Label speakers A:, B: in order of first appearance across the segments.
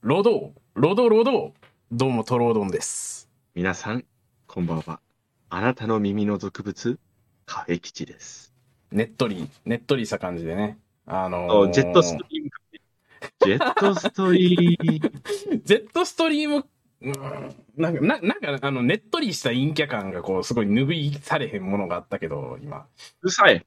A: ロドー、ロドロドー、どうもトロードンです。
B: 皆さん、こんばんは。あなたの耳の俗物、カフェ基地です。
A: ねっとり、ねっとりした感じでね。あの
B: お
A: ー
B: ジェットストリーム。ジェットストリーム。
A: ジェットストリーム、うんなんか、ななんか、あの、ねっとりした陰キャ感がこう、すごい拭いされへんものがあったけど、今。
B: うるさい。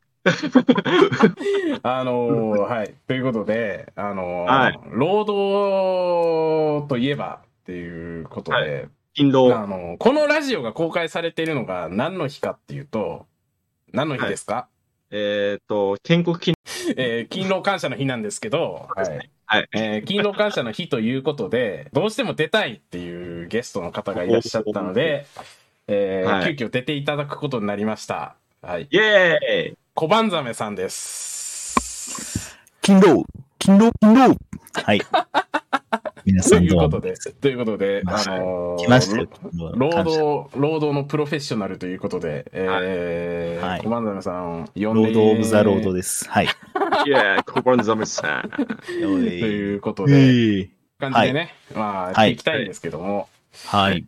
A: あの ーはい。ということで、あのー
B: はい
A: 労働といえばっていうことで、
B: は勤労。
A: あの、このラジオが公開されているのが何の日かっていうと、何の日ですか、
B: えっ、と、建国記念。
A: えー勤労感謝の日なんですけど、
B: そうですねはい。
A: えー勤労感謝の日ということで、どうしても出たいっていうゲストの方がいらっしゃったので、えー
B: はい
A: 急遽出ていただくことになりました。はい。
B: イエーイ
A: 小判ザメさんです。
C: 勤労勤労勤労はい。 皆
A: と
C: さん
A: いう
C: ど
A: こ
C: う
A: と
C: も。
A: で、ということで、
C: ま
A: あ
C: した
A: のー
C: 来ましたよ。労
A: 労働、労働のプロフェッショナルということで、えー
C: はい
A: 小判ザメさん、呼ん
C: 労
A: で
C: 働オブザロードです。はい。
B: イエーイコバンザメさん。
C: お
A: と
C: い
A: いうことで、
C: え
A: 感じでね、まあ、やっていきたいんですけども、
C: ーはい。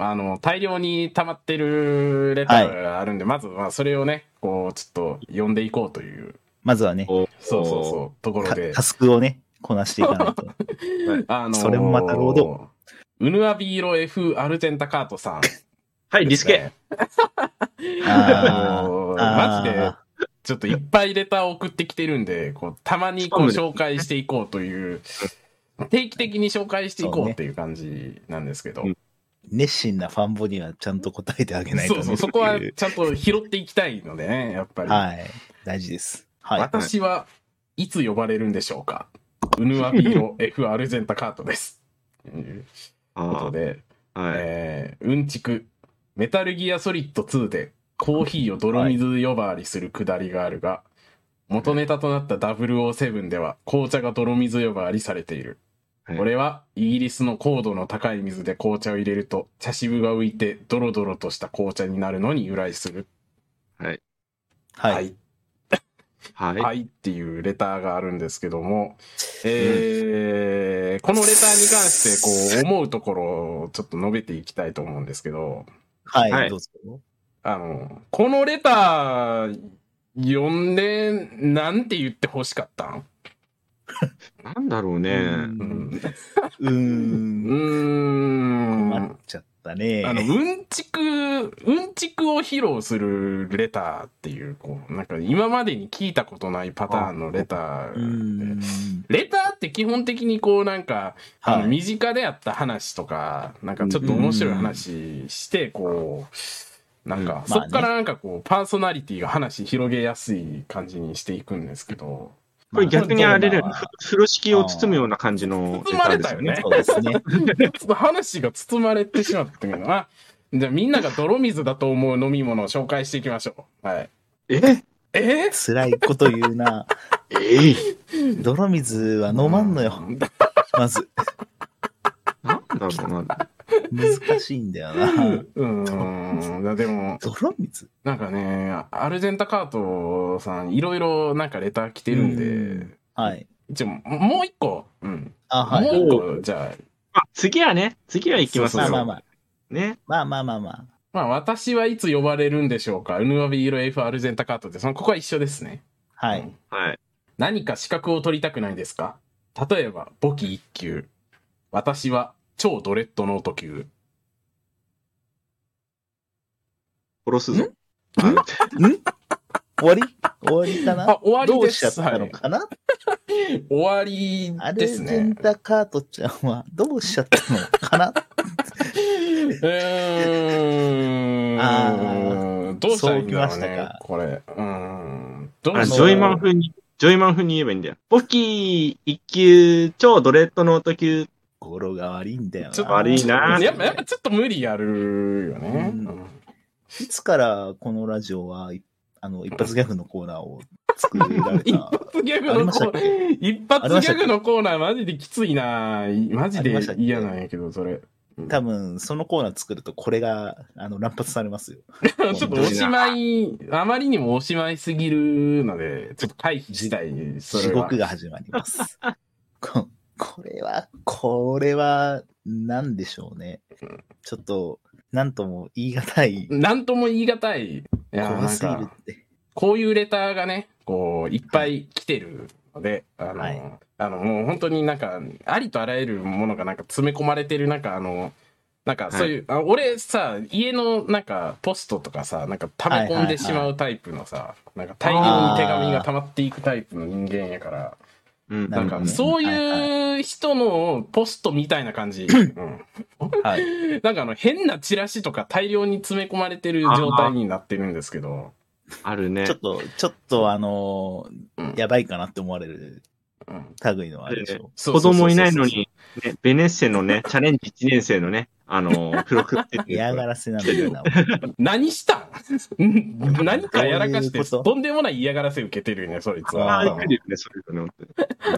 A: あの、大量に溜まってるレターがあるんで、まずはそれをね、こう、ちょっと読んでいこうという、
C: まずはね、
B: お
A: そうそうそう、ところ
C: タ
A: で
C: タ、スクをね、こなしていかない と。
A: あのー
C: それもまた労働
A: ウヌアビーロ F アルテンタカートさん、
B: はい、リスケ。。
C: あ
A: もう
C: ー
A: マジで
C: あ
A: ちょっといっぱいレターを送ってきてるんで、こう、たまにこう紹介していこうという、定期的に紹介していこうっていう感じなんですけど、
C: ー熱心なファンボにはちゃんと答えてあげないと
A: そ
C: ね。
A: うそう、そこはちゃんと拾っていきたいのでね、やっぱり。
C: はい。大事です。はい。
A: 私はいつ呼ばれるんでしょうか、ウヌアビーロ F アルゼンタカートです。というこ
B: あ
A: とで、
B: ーはい。
A: えーうんちく、メタルギアソリッド2でコーヒーを泥水呼ばわりするくだりがあるが、元ネタとなった007では紅茶が泥水呼ばわりされている。
B: はい
A: これはイギリスの高度の高い水で紅茶を入れると茶渋が浮いてドロドロとした紅茶になるのに由来する。
C: はい。
B: はい。
A: はいっていうレターがあるんですけども、えーこのレターに関してこう思うところをちょっと述べていきたいと思うんですけど、
B: は
C: はいい。どうぞ。
A: あの、このレター読んで、なんて言って欲しかったん
B: なんだろう
C: う
B: ね。
A: う
C: ー
A: ん。
C: ん。
A: うー
C: 困っ
A: ん
C: ちゃったね。
A: あの、うんちく、うんちくを披露するレターっていう、こう、なんか今までに聞いたことないパターンのレター
C: うー
A: で。
C: ん。
A: レターって基本的にこうなんか、あ
C: は
A: の
C: い。
A: 身近であった話とか、なんかちょっと面白い話して、こう、なんか、
C: うんまあ
A: そ
C: ね
A: っからなんかこう、パーソナリティが話広げやすい感じにしていくんですけど、
B: これ逆にあれだよね
C: まあ。
B: ふ風呂敷を包むような感じの
A: 包まれた
B: です
A: よね。
C: そうですね。
A: ちょっと話が包まれてしまったけどな。じゃあみんなが泥水だと思う飲み物を紹介していきましょう。はい。
B: え
A: え
C: 辛いこと言うな。
B: えい
C: 泥水は飲まんのよ。。まず、
B: なんだろうな。
C: 難しいんだよな。
A: うーん。いやでも、
C: 泥水
A: なんかね、アルゼンタカートさん、いろいろなんかレター来てるん
C: う
A: で
C: ん、はい。
A: 一応、もう一個、うん。
C: あ、は
A: も
C: い。
A: う一個、じゃあ、
B: あ、次はね、次は行きます
A: そう
C: ま
A: そ
C: あ
A: う
C: まあ
B: よ。
C: まあ。
B: ね。
C: まあまあまあまあ。
A: まあ、私はいつ呼ばれるんでしょうか。ウヌアビーロ F アルゼンタカートで、その、ここは一緒ですね。
C: はい。。
B: はい。
A: 何か資格を取りたくないですか例えば、簿記一級。私は超ドレッドノート級。
B: 殺すぞ
A: ん。
B: あの
C: 終わり終わりかな
A: あ終わり
C: どう
A: で
C: し
A: す
C: ちゃったのかな、
A: 終わり
C: アル
A: です
C: ゼン
A: ね。
C: タカートちゃんはどうしちゃったのかな
A: うーん。
C: あ
A: どうしたらいいんだろう
C: そうきました
A: ね
C: か、
A: これ。うーん。どう
B: あの
A: し
B: ジ
A: た
B: ョイ
A: ら
B: マン風に、ジョイマン風に言えばいいんだよ。ボキー一級、超ドレッドノート級。
C: 語呂が悪いんだよ
A: ちょっ
C: な。
A: と
B: 悪いな
A: やっぱ、やっぱちょっと無理やるよね。
C: うん
A: うん
C: いつからこのラジオは、いあの、一発ギャグのコーナーを作 られ
A: 一
C: た。
A: 発ギャ
C: あ
A: グ
C: り
A: の
C: まし
A: コ
C: た
A: ーナ
C: っけ
A: ー、一発ギャグのコーナーマジできついないマジ
C: あり
A: で
C: ましたっけ
A: 嫌なんやけど、それ。うん
C: 多分、そのコーナー作ると、これが、あの、乱発されますよ。
A: ちょっとおしまい、あまりにもおしまいすぎるので、ちょっと回避したい、それ
C: 地
A: は
C: 獄。が始まります。ここれは、これは、なんでしょうね。ちょっと、なんとも言い難い、
A: なんとも言い難い。いや
C: 怖
A: なん
C: すぎる
A: か
C: って。
A: こういうレターがね、こう、いっぱい来てるので、あの、
C: はい
A: あの、もう本当になんか、ありとあらゆるものがなんか詰め込まれてる、なんかあの、なんかそういう、あ俺さ、家のなんかポストとかさ、なんか溜め込んでしまうタイプのさ、なんか大量に手紙が溜まっていくタイプの人間やから、
B: うん。
A: なん
C: なるほど
A: か
C: ね
A: そういう人のポストみたいな感じ。うん
C: はい。
A: なんかあの変なチラシとか大量に詰め込まれてる状態になってるんですけど、
B: あるね
C: ちょっ。と、ちょっと、あの
A: うん
C: やばいかなって思われる
A: うん
C: 類のあれでしょ
B: 子供いないの。に、ね、ベネッセのね、チャレンジ1年生のね、あのー、黒くっていう
C: う。嫌がらせなんだよな。
A: 何 したんん何かやらかして
C: どういうこと
A: とんでもない嫌がらせ受けてるよね、そいつ
B: あ
A: は。
B: あ、
C: ー
B: びっくりよね、それとね、本当に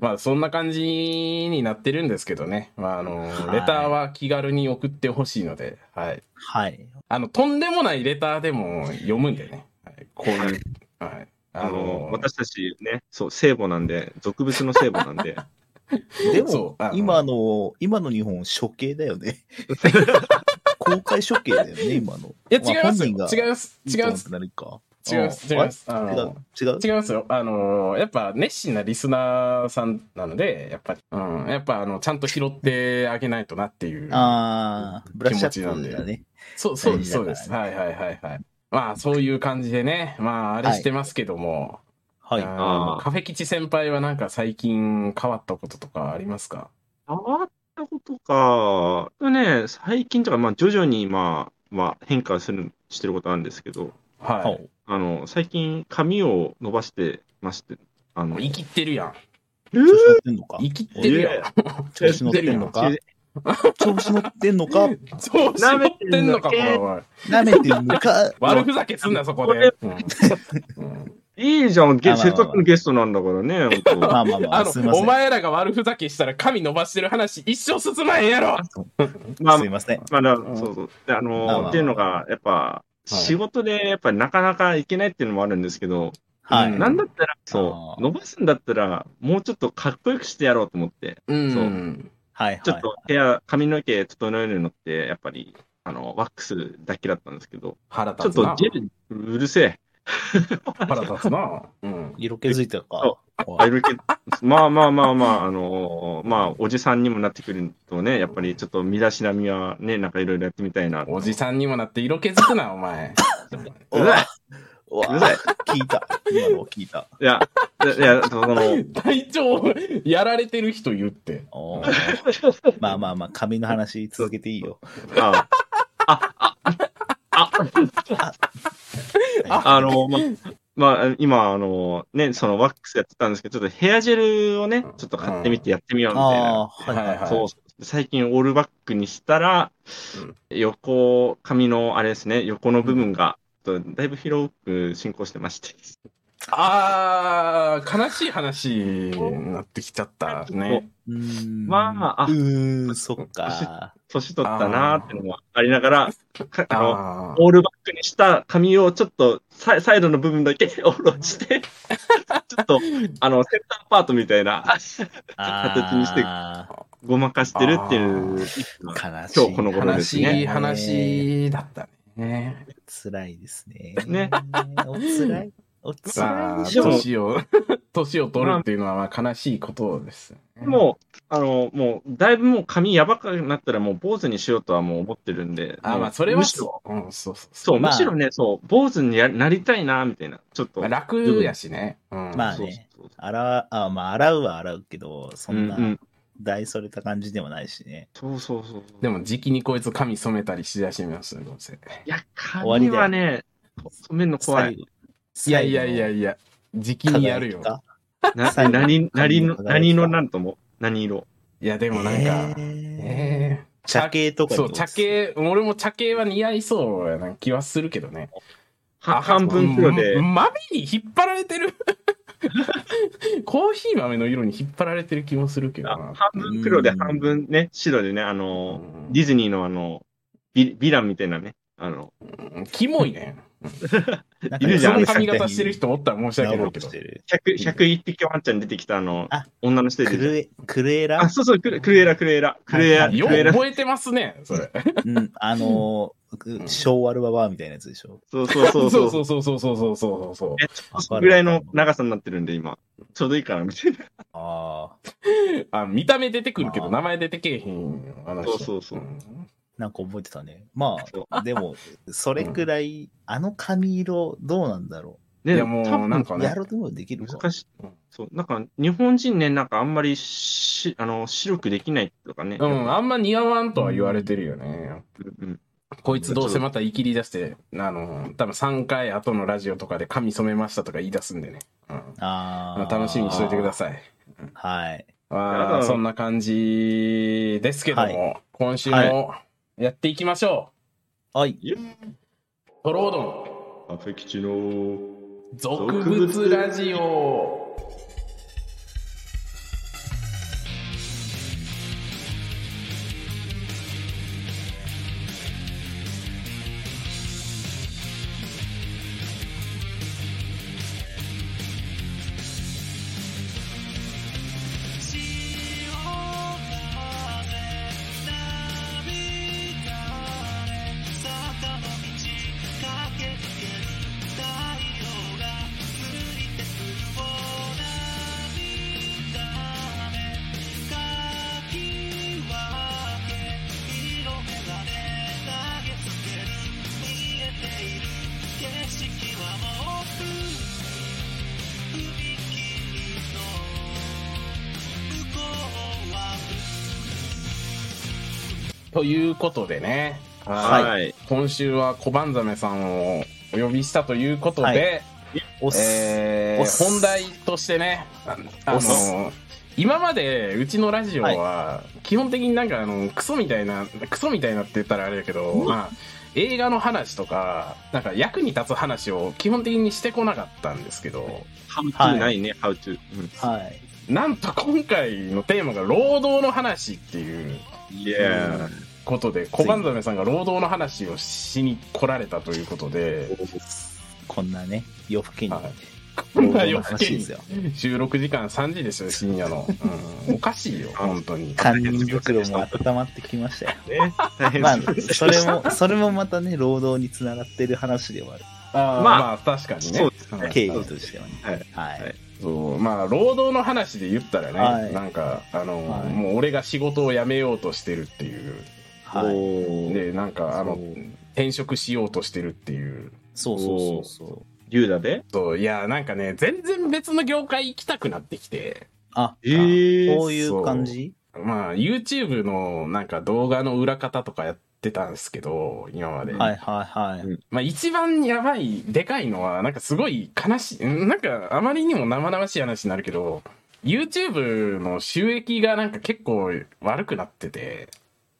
A: まあそんな感じになってるんですけどね。まああの、
C: はい
A: レターは気軽に送ってほしいので、はい。
C: はい。
A: あの、とんでもないレターでも読むんでね。はい、こういう、はい。
B: あ
A: あ
B: の
A: の
B: ー、私たちね、そう、聖母なんで、俗物の聖母なんで、
C: で
A: そ
C: も
A: うあ、の
C: 今の、今の日本、処刑だよね。公開処刑だよね、今の。
A: いや、違いますよ。違い
C: まあ
A: ます。違いま。す。
C: 本人がいいと思って
A: 違い
C: なる
A: ま
C: か
A: す。違います。あ
C: あ
A: のー
C: 違う。違う。
A: 違いますよ。あのーやっぱ熱心なリスナーさんなので、やっぱり、うん、やっぱあの、ちゃんと拾ってあげないとなっていう。
C: ああ、ブラッシュア
A: 気持ちなん
C: ッ
A: で
C: プだね。
A: そう、そうです、そうで
C: 大事だ
A: す。
C: か
A: はいはいはいはい。まあ、そういう感じでね、まあ、あれしてますけども、
C: はい。
A: あ
C: あ
A: の
B: あー
A: カフェ吉先輩はなんか最近変わったこととかありますか
B: 変わったことか、とね、最近とか、まあ、徐々に、まあ、まあ、変化する、してることあるんですけど、
A: は
B: あの、最近、髪を伸ばしてまして、あの、
A: い。生きってるやん。
B: う
C: 調子乗ってんのか
A: 生きってるや
B: い
A: ん
B: や。
C: 調子乗ってんのか調子乗ってんのか
A: 調子乗ってんのか、これ、おい。
C: 舐めてんのか
A: 悪ふざけすんな、そこで。うんうん
B: いいじゃん、
C: あ
B: ゲ
C: まあまあまあ
B: せっかくのゲストなんだから ね、本当
C: まあまあま
A: あ
C: あ、
A: の
C: すいませ
A: お
C: ん。
A: 前らが悪ふざけしたら髪伸ばしてる話一生進まへんやろ
B: まあ
C: すいません。
B: まだ、
A: うん
B: そうそう。であの、
C: まあまあまあ
B: っていうのが、やっぱ、仕事で、やっぱりなかなかいけないっていうのもあるんですけど、
C: は
A: う
C: い。
B: なんだったら、
C: あ
B: そう、
C: ー
B: 伸ばすんだったら、もうちょっとかっこよくしてやろうと思って、
A: うん。
C: はい。
B: ちょっと部屋、髪の毛整えるのって、やっぱり、あの、ワックスだけだったんですけど、
A: 腹
B: ち
A: 立
B: ょっ
A: つ
B: と
A: な
B: ジ。ェル、うるせえ。
A: 腹立つな。うん。
C: 色気づいてるか
B: そ。
C: お
B: あ
C: い
B: るけどまあまあまあまあ、あのーまあ、おじさんにもなってくるとね、やっぱりちょっと身だしなみはね、なんかいろいろやってみたいな。
A: おじさんにもなって色気づくな、お前。
B: うざい
C: おいう
B: ざい
C: 聞いた。今のを聞いた。
B: いや、いや、その、
A: 体調やられてる人言って。
C: おー まあまあまあ、髪の話続けていいよ。
B: あ、あ、あ、あ、あの、ま、まあ、今、あの、ね、そのワックスやってたんですけど、ちょっとヘアジェルをね、ちょっと買ってみてやってみようみたいな。
C: ああー、はいはい
A: あー
C: はい。
B: そうそう。最近オールバックにしたら、横、髪の、あれですね、横の部分が、だいぶ広く進行してまして。
A: あー、悲しい話になってきちゃったね。
C: うーん
B: まああ
C: うーん、そっ か。
B: 年取ったなーってのもありながら、かあの、
A: あー
B: オールバックにした髪をちょっとサイサイドの部分だけ下ろして、ちょっと、あの、センターパートみたいな、形にして
C: あ
B: ごまかしてるっていう、
C: ー悲しい。
B: 今日この頃
A: 悲
B: です
A: しい
B: ね
A: 話だったね。
C: 辛いですね。
B: ね。
C: お辛 い。お辛
A: ま
C: い
A: あ、
C: でしょ。
A: 年を、 年を取るっていうのはまあ悲しいことですね。
B: もう、あの、もう、だいぶもう髪やばくなったらもう坊主にしようとはもう思ってるんで、
A: あ、
B: もう
A: まあ、それは
B: むしろ、
A: そう。うん、そうそう
B: そう、
C: まあ
B: むしろね、そう、坊主にやなりたいな、みたいな、ちょっと。
A: まあ楽やしね。うん。
C: まあ
B: そう
C: ね
B: そうそう
C: 洗う、あまあ、洗うは洗うけど、そ
B: うん
C: んな
B: うん、
C: 大それた感じでもないしね。
B: そうそうそう。
A: でも、時期にこいつ髪染めたりしだしますよ、どうせ。
B: いや、
C: 終わり
B: 髪
C: だよ
B: はね、染めるの怖い。
A: い
C: 最
A: や
C: 後。
A: いやいやいや、時期にやるよ。
B: な
C: 最後
B: 何、何の、
C: 髪の輝きが
B: 何色なんとも、何色。
A: いや、で
C: で
A: もなんか、え
C: 茶系とか
A: ー、
C: に
A: そう、茶系、俺も茶系は似合いそうやな気はするけどね。
B: は半分黒で
A: う、ん豆に引っ張られてる。コーヒー豆の色に引っ張られてる気もするけど
B: あ
A: な。
B: 半分黒で
C: うん
B: 半分ね、白でね、あ
A: う
B: の、
A: ん
B: ディズニーのあの、ビヴィランみたいなね、あの、
A: うんキモいね。
C: なん
B: いるじゃ
A: そ
B: ん
A: の
B: あの
A: 髪型してる人おったら申し
C: だ
A: 訳
C: け
A: ない
C: ど。
A: けど
C: して。る
B: 100 101匹ワンちゃん出てきたあの
C: あ、
B: 女の人
C: ク
B: で出てき
C: ルエ、クルエ
B: た
C: ラ
B: あ、そうそう、クルクルエラ、クルエラ、クルエラ、
C: はい
B: ク
A: よ
B: ルエ
A: う
B: ラ。
A: 覚えてますね、それ。
C: うん、あのー、
A: うん
C: 昭和ルババアみたいなやつでしょ。
B: そうそ
A: そ
B: う そう
A: そ
B: うそうう。
A: そうそうそうそうそうそうそう。
B: え、そのぐらいの長さになってるんで、今。ちょうどいいかな、みたいな。
C: ああ、
A: あ、見た目出てくるけど、
C: あー
A: 名前出てけえへん話。
B: そうそうそう
A: うん
C: なんか覚えてたね。ま
B: そ
C: あ、でも、それくらい、あの髪色、どうなんだろ
A: い
B: ね
A: やもう
B: 多分
A: なんか
C: う。
A: ね
C: やろうともできるか
B: 難。しい。そう、なんか、日本人ね、なんかあんまりし、あの、白くできないとかね。
A: うん、あんま似合わんとは言われてるよね。
B: うん。
A: こいつどうせまた言い切り出して、あの、多分3回後のラジオとかで髪染めましたとか言い出すんでね。うんま
C: あ
A: あ
C: あ、
A: 楽しみにしといてください。
C: はい。
B: だか
A: まあ、
B: ら
A: そんな感じですけども、今週もやっていきましょ
C: はい。
A: う。トロードン、
B: アフェキチの
A: 俗物ラジオ。ということでね、
C: はい
B: はい。
A: 今週は小判ザメさんをお呼びしたということで、
C: はいおっす。
A: え
C: おっ
A: ー
C: す
A: 本題としてね、ああ
C: おっす
A: の、今までうちのラジオは、基本的になんかあの、クソみたいな、クソみたいなって言ったらあれやけど、まあ、映画の話とか、なんか役に立つ話を基本的にしてこなかったんですけど、
B: ハウト
C: は
B: ゥ
C: い
B: ーないね、ハウトゥー。
C: はい。
A: なんと今回のテーマが労働の話っていう
B: いや
A: ことで、小判ザメさんが労働の話をしに来られたということで、
C: こんなね、夜更けに。
A: はいこんな夜更
C: 話
A: け
C: で
A: に
C: すよ。
A: 収録時間3時ですよ、深夜の。うんおかしいよ、本当に。
C: 堪忍袋も温まってき ましたよ。
B: ね、大変
C: まあ
B: そう、
C: それも、それもまたね、労働につながってる話ではある。
A: あー
B: まあ
A: まあ、確かにね。
B: そうです
A: うん
C: 経緯としてはね。
B: はい。
C: は
B: はい
C: い。
A: そうまあ、労働の話で言ったらね、
C: はい
A: なんか、あの、
C: はい
A: もう俺が仕事を辞めようとしてるっていう。
C: はい。
B: おー
A: で、なんか、あの
B: そ、う
A: 転職しようとしてるっていう。
C: そうそうそうそう。
B: リュウダで
A: そう、いや、なんかね、全然別の業界行きたくなってきて。
C: あ、
B: えー
C: こういう感じ
A: まあ、YouTube のなんか動画の裏方とかやってたんですけど、今まで。
C: はいはいはい。
A: まあ一番やばい、でかいのは、なんかすごい悲しい、んなんかあまりにも生々しい話になるけど、YouTube の収益がなんか結構悪くなってて、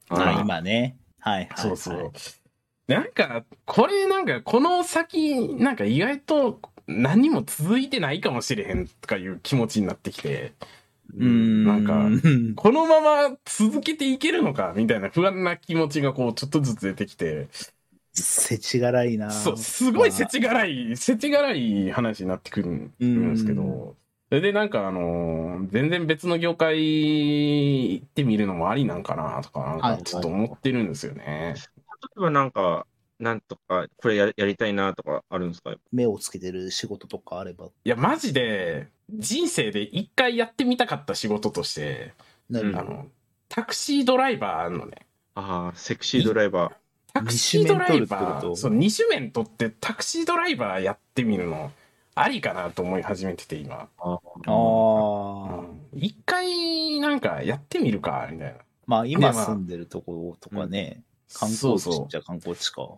C: ま
B: は
C: あ
B: い
C: 今ね。はいはいはい。
A: そうそう。なんか、これなんかこの先、なんか意外と何も続いてないかもしれへんとかいう気持ちになってきて、
C: うーん。
A: なんか
C: か、
A: このまま続けていけるのかみたいな不安な気持ちがこうちょっとずつ出てきて、
C: せちがらいな。
A: そう、すごい世知辛い、世知辛い話になってくるん
C: うん
A: ですけど、それでなんかあのー全然別の業界行ってみるのもありなんかなとか、なん
C: は
A: か
C: い
A: ちょっと思ってるんですよね。
B: 例えばなんか、なんとか、これややりたいなとかあるんですか
C: 目をつけてる仕事とかあれば。
A: いや、マジで、人生で一回やってみたかった仕事として、
C: な
B: うん
A: あの、タクシードライバーのね、
B: ああ、セクシードライバー。
A: タクシードライバ
C: 二
A: ー、
C: 種免取るってこと
A: そう、二種面取ってタクシードライバーやってみるの、ありかなと思い始めてて、今。
C: ああ。
A: うん一回、なんか、やってみるか、みたいな。
C: まあ
A: ねま
C: 今
A: あ
C: 住んでるところとかね、観
A: そ
C: 光
A: う
C: 地っ
A: そ
C: ちゃ観光地か。
A: う。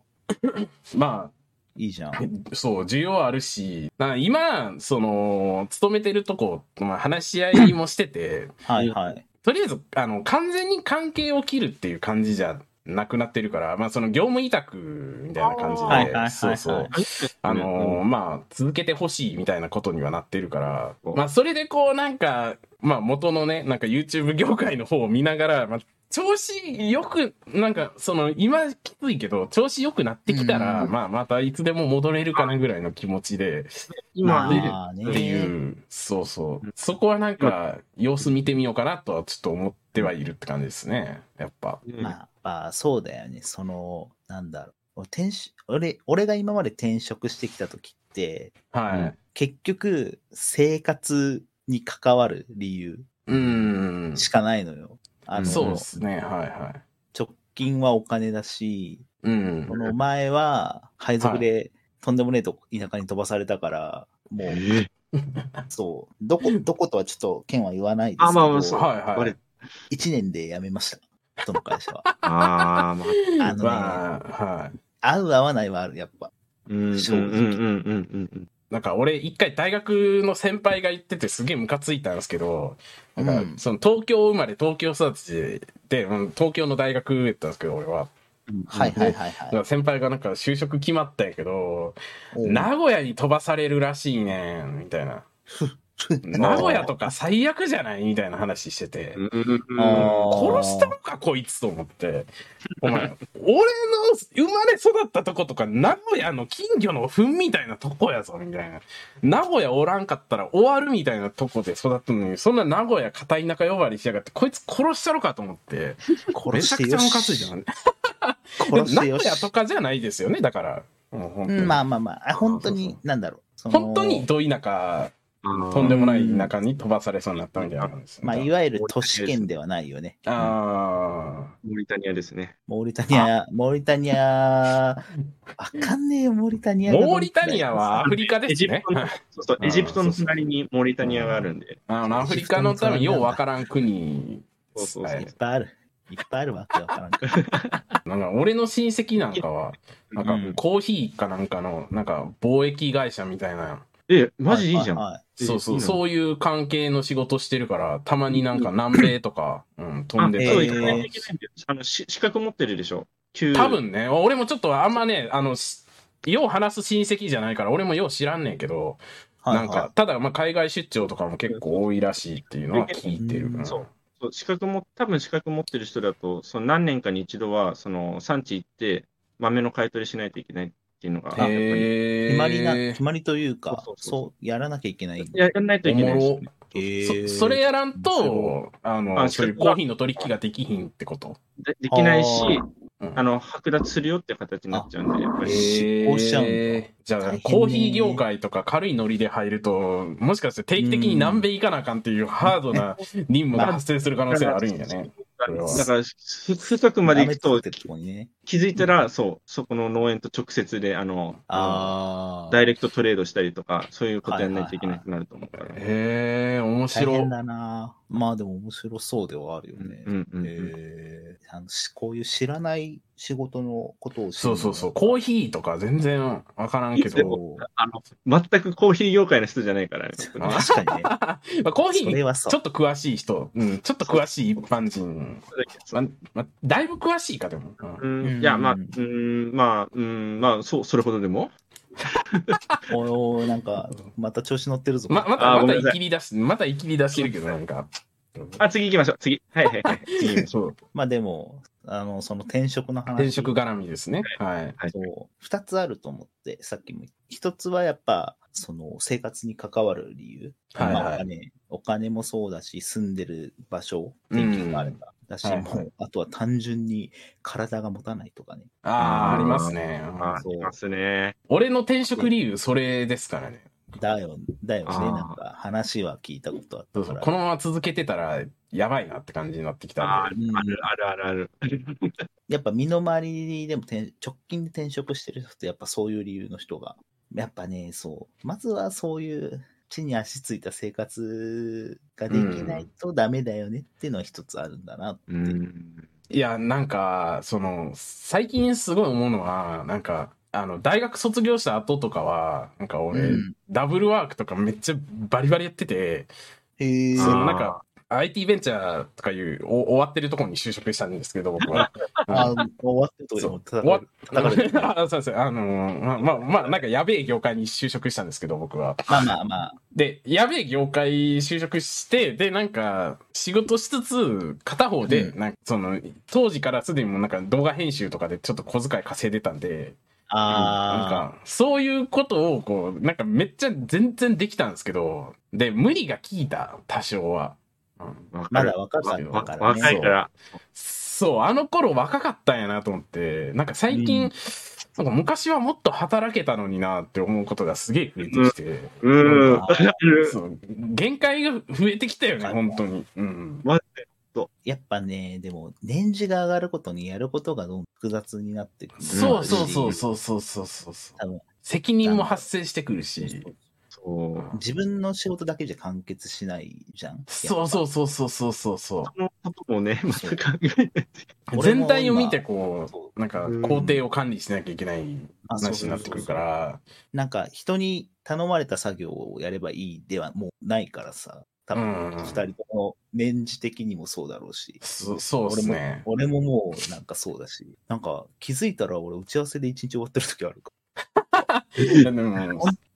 A: ま
C: いいじゃ
A: あ
C: ん。、
A: そう、需要あるし、な今、その、勤めてるとこ、まあ、話し合いもしてて、
C: はいはい。
A: とりあえず、あの、完全に関係を切るっていう感じじゃなくなってるから、まあ、その業務委託みたいな感じで、
B: あーはい
C: はいはいはい
A: そうそう。あのーまあ、続けてほしいみたいなことにはなってるから、
B: うん
A: まあ、それでこう、なんか、まあ、元のね、なんか YouTube 業界の方を見ながら、まあ、調子よく、なんか、その、今きついけど、調子良くなってきたら、
C: うん
A: まあ、またいつでも戻れるかなぐらいの気持ちで、
B: 今ね、
C: まあね
A: っていう、そうそう。そこはなんか、様子見てみようかなとはちょっと思ってはいるって感じですね。やっぱ。
B: うん
C: まあ、まあ、そうだよね。その、なんだろう。転職俺、俺が今まで転職してきた時って、
A: は
C: 結局、生活に関わる理由
A: い。うん。
C: しかないのよ。あの、
A: そうですね。はいはい。
C: 直近はお金だし、
A: うん
C: こ。の前は配属でとんでもねえとこ田舎に飛ばされたから、も
B: え
C: う、
B: ー
C: そう、どこ、どことはちょっと県は言わないですけど、
B: あまあまあそう
A: はいは
B: 割
A: い
B: れ。
C: 1年で辞めました。その会社は。
B: ああ、まあ、
C: あのね、
A: まあ、はい。
C: 合う合わないはある、やっぱ。
B: うん、うん、
C: 正
B: うん、
C: 直
B: うん、うんうん。
A: なんか俺一回大学の先輩が言っててすげえムカついたんですけど、なん
C: う
A: か
C: ん
A: その東京生まれ東京育ちで、うん東京の大学行ったんですけど俺は。
C: はいはいはい
A: だか
C: は
A: ら先輩がなんか就職決まったんやけど、
C: い。おう
A: 名古屋に飛ばされるらしいねん、みたいな。名古屋とか最悪じゃないみたいな話してて。
B: うんうんうん
C: あー
A: 殺したのかこいつと思って。お前、俺の生まれ育ったとことか、名古屋の金魚の糞みたいなとこやぞ、みたいな。名古屋おらんかったら終わるみたいなとこで育ったのに、そんな名古屋片田舎呼ばわりしやがって、こいつ殺したのかと思って。め
C: 殺
A: ちゃ
C: し
A: く
C: て
A: ちゃ
C: よ
A: ム
C: し。
A: カついたのね。でも
C: 殺し
A: 名
C: て
A: 古
C: よし
A: 屋。とかじゃないですよね、だから。もう本当
C: う
A: に
C: ん、まあまあまああ、本当
A: そうそう
C: に、なんだろう。その
A: 本当にど田舎、
B: あー
A: とんでもない田舎に飛ばされそうになったみたいな感じですね。
C: まあ、いわゆる都市圏ではないよね。
A: あ
B: モリタニアですね。
C: モーリタニア、モーリタニア、わかんねえよ、モーリタニ
A: あ。
C: アがどんくらい。
A: モーリタニアはアフリカで
B: エ
A: す
B: ジプ
A: ね。
B: トの、そうそう、エジプトの隣にモリタニアがあるんで。
A: あの、アフリカの多分、ようわからん国。
B: そうそう
A: は
B: そう
A: い
C: いっぱいある。いっぱいあるわけわからんけど。
A: なんか、俺の親戚なんかは、なん
C: う
A: か、
C: ん
A: コーヒーかなんかの、なんか、貿易会社みたいな、
B: え、マジいいじゃん。
C: は
B: え
A: そうそ、
B: いういの
A: そういう関係の仕事してるから、たまになんか南米とか、うん、飛んで
B: あ
A: た
B: そう
A: り
B: 行
A: とか
B: かない。といけないんだよあの、し資格持ってるでしょ。旧
A: 多。分ね、俺もちょっとあんまね、あの、しよう話す親戚じゃないから、俺もよう知らんねんけど、
C: いはい。
A: なんか、ただ、まあ、海外出張とかも結構多いらしいっていうのは聞いてる。
C: うん
A: ん
B: そうそう資格も、多分資格持ってる人だと、その何年かに一度は、その、産地行って、豆の買い取りしないといけないっていうのが、やっぱり
A: へー
C: 決まりな、決まりというか、
B: そうそうそう
C: そう、やらなきゃいけない。
B: やらないといけないですね。
C: えー
A: そそれやらん
C: 面白
A: と、あの、
B: あ
A: そういうコーヒーの取引ができひんってこと。
B: でできないし、
A: うん
B: あの、剥奪するよって形になっちゃうんで、やっぱり。
C: 執行しちゃうんだ
A: えーじゃ
C: 大変
A: あ、
C: ね
A: コーヒー業界とか軽いノリで入ると、もしかして定期的に南米行かなあかんっていうハードな任務が発生する可能性があるんやね。そ
B: だか
A: れ
B: ら、
A: は
B: だからふ深くまで行く
C: 舐め
B: と
C: て、るとこにね。
B: 気づいたら、そう、そこの農園と直接で、あの、
C: ああ。
B: ダイレクトトレードしたりとか、そういうことやらないといけなくなると思うから。
A: へえ、面
C: 大
A: 白
C: 変。だな。まあでも面白そうではあるよね。
B: うんうんうん
C: えーあのしこういう知らない仕事のことを知る
A: そ
C: の
A: う
C: が
A: そうそう。コーヒーとか全然わからんけ
B: で
A: ど。
C: そ
B: あの、全くコーヒー業界の人じゃない からね。
C: う確かにね。
A: まあコーヒ
C: それ
A: ー
C: はそ
A: ちょ
C: う。
A: っと詳しい人、うん、ちょっと詳しい一般人。まあまあ、だいぶ詳しいか、でも。うん
B: うん、いや、まあ、うん、まあ、うん、まあ、そう、それほどでも。
C: おーなんか、また調子乗ってるぞ。
A: ま、ま
B: あー
A: た、
B: ご
A: また
B: めんなさ
A: い
B: い
A: きり出し、またいきり出してるけど、なんか。
B: あ、次行きましょう。次。はいはいはい。次行きまし
A: そう。
C: まあでも、あの、その転職の話。
A: 転職絡みですね。はい。
C: そう二つあると思って、さっきも言った。一つはやっぱ、その生活に関わる理由。
A: はい
C: まあ
A: は
C: お
A: い。
C: 金、お金もそうだし、住んでる場所、天気があれば。だし、
A: はいはい
C: もう、あとは単純に体が持たないとかね。
A: ああ、ありますね。
B: ょう。あ、
C: そう
B: いますね。
A: 俺の転職理由、それですからね。
C: だよ、だよね。
B: あー
C: なんか話は聞いたことあっ
A: そ
C: た
A: うそ
C: か
A: う。
C: ら。
A: このまま続けてたら、やばいなって感じになってき
B: あ
A: たん
B: あ
A: で。
B: るあるあるあるある。
C: やっぱ身の回りでも転直近で転職してる人ってやっぱそういう理由の人が。やっぱね、そう。まずはそういう地に足ついた生活ができないとダメだよねっていうのは一つあるんだな。
B: うん。
A: いや、なんか、その、最近すごい思うのは、なんか、あの、大学卒業した後とかは、なんか俺、
C: うん
A: ダブルワークとかめっちゃバリバリやってて、
C: へえ。
A: その
B: あー
A: なんか、 IT ベンチャーとかいうお終わってるところに就職したんですけど、僕は。
C: あの終わってるとこでも
A: 終
C: 叩
A: わ
C: か
A: っ
C: れ叩かれてる。
A: あそうです。あのーまあまあ、まあ、なんかやべえ業界に就職したんですけど、僕は。
C: まあまあまあ、
A: で、やべえ業界就職して、で、なんか、仕事しつつ、片方で、
C: う
A: なんか、その、当時からすでにもうなんか動画編集とかでちょっと小遣い稼いでたんで、なん
C: あ
A: か、そういうことを、こう、なんかめっちゃ全然できたんですけど、で、無理が効いた、多少は。うん
B: わか
C: ま
B: る
C: だ若かったからね。
B: 若いから。
A: そう、あの頃若かったんやなと思って、なんか最近、
C: う
A: なんか昔はもっと働けたのになって思うことがすげえ増えてきて、
B: うん。
C: あ
B: わかる。
A: そう限界が増えてきたよね、本当に。うん。
B: マジで。
C: やっぱね、でも、年次が上がることにやることがどんどん複雑になってくる。
A: そうそうそうそうそうそうそう
C: 多分
A: 責任も発生してくるし。
B: そう。
C: 自分の仕事だけじゃ完結しないじゃん。
A: そうそうそうそうそうそうそ
B: そのこともね、また考えて。
A: う。
C: 俺も
A: 全
C: 今
A: 体を見てこ、
C: そう
A: なんか
B: うん
A: 工程を管理しなきゃいけない
C: あそう
A: 話になってくるから。
C: なんか人に頼まれた作業をやればいいではもうないからさ、多
A: う
C: 分
A: ん
C: 二人とも年次的にもそうだろうし、
A: そそうですね。
C: 俺ももうなんかそうだし、なんか気づいたら俺打ち合わせで一日終わってる時あるか
A: いやでも
C: ら、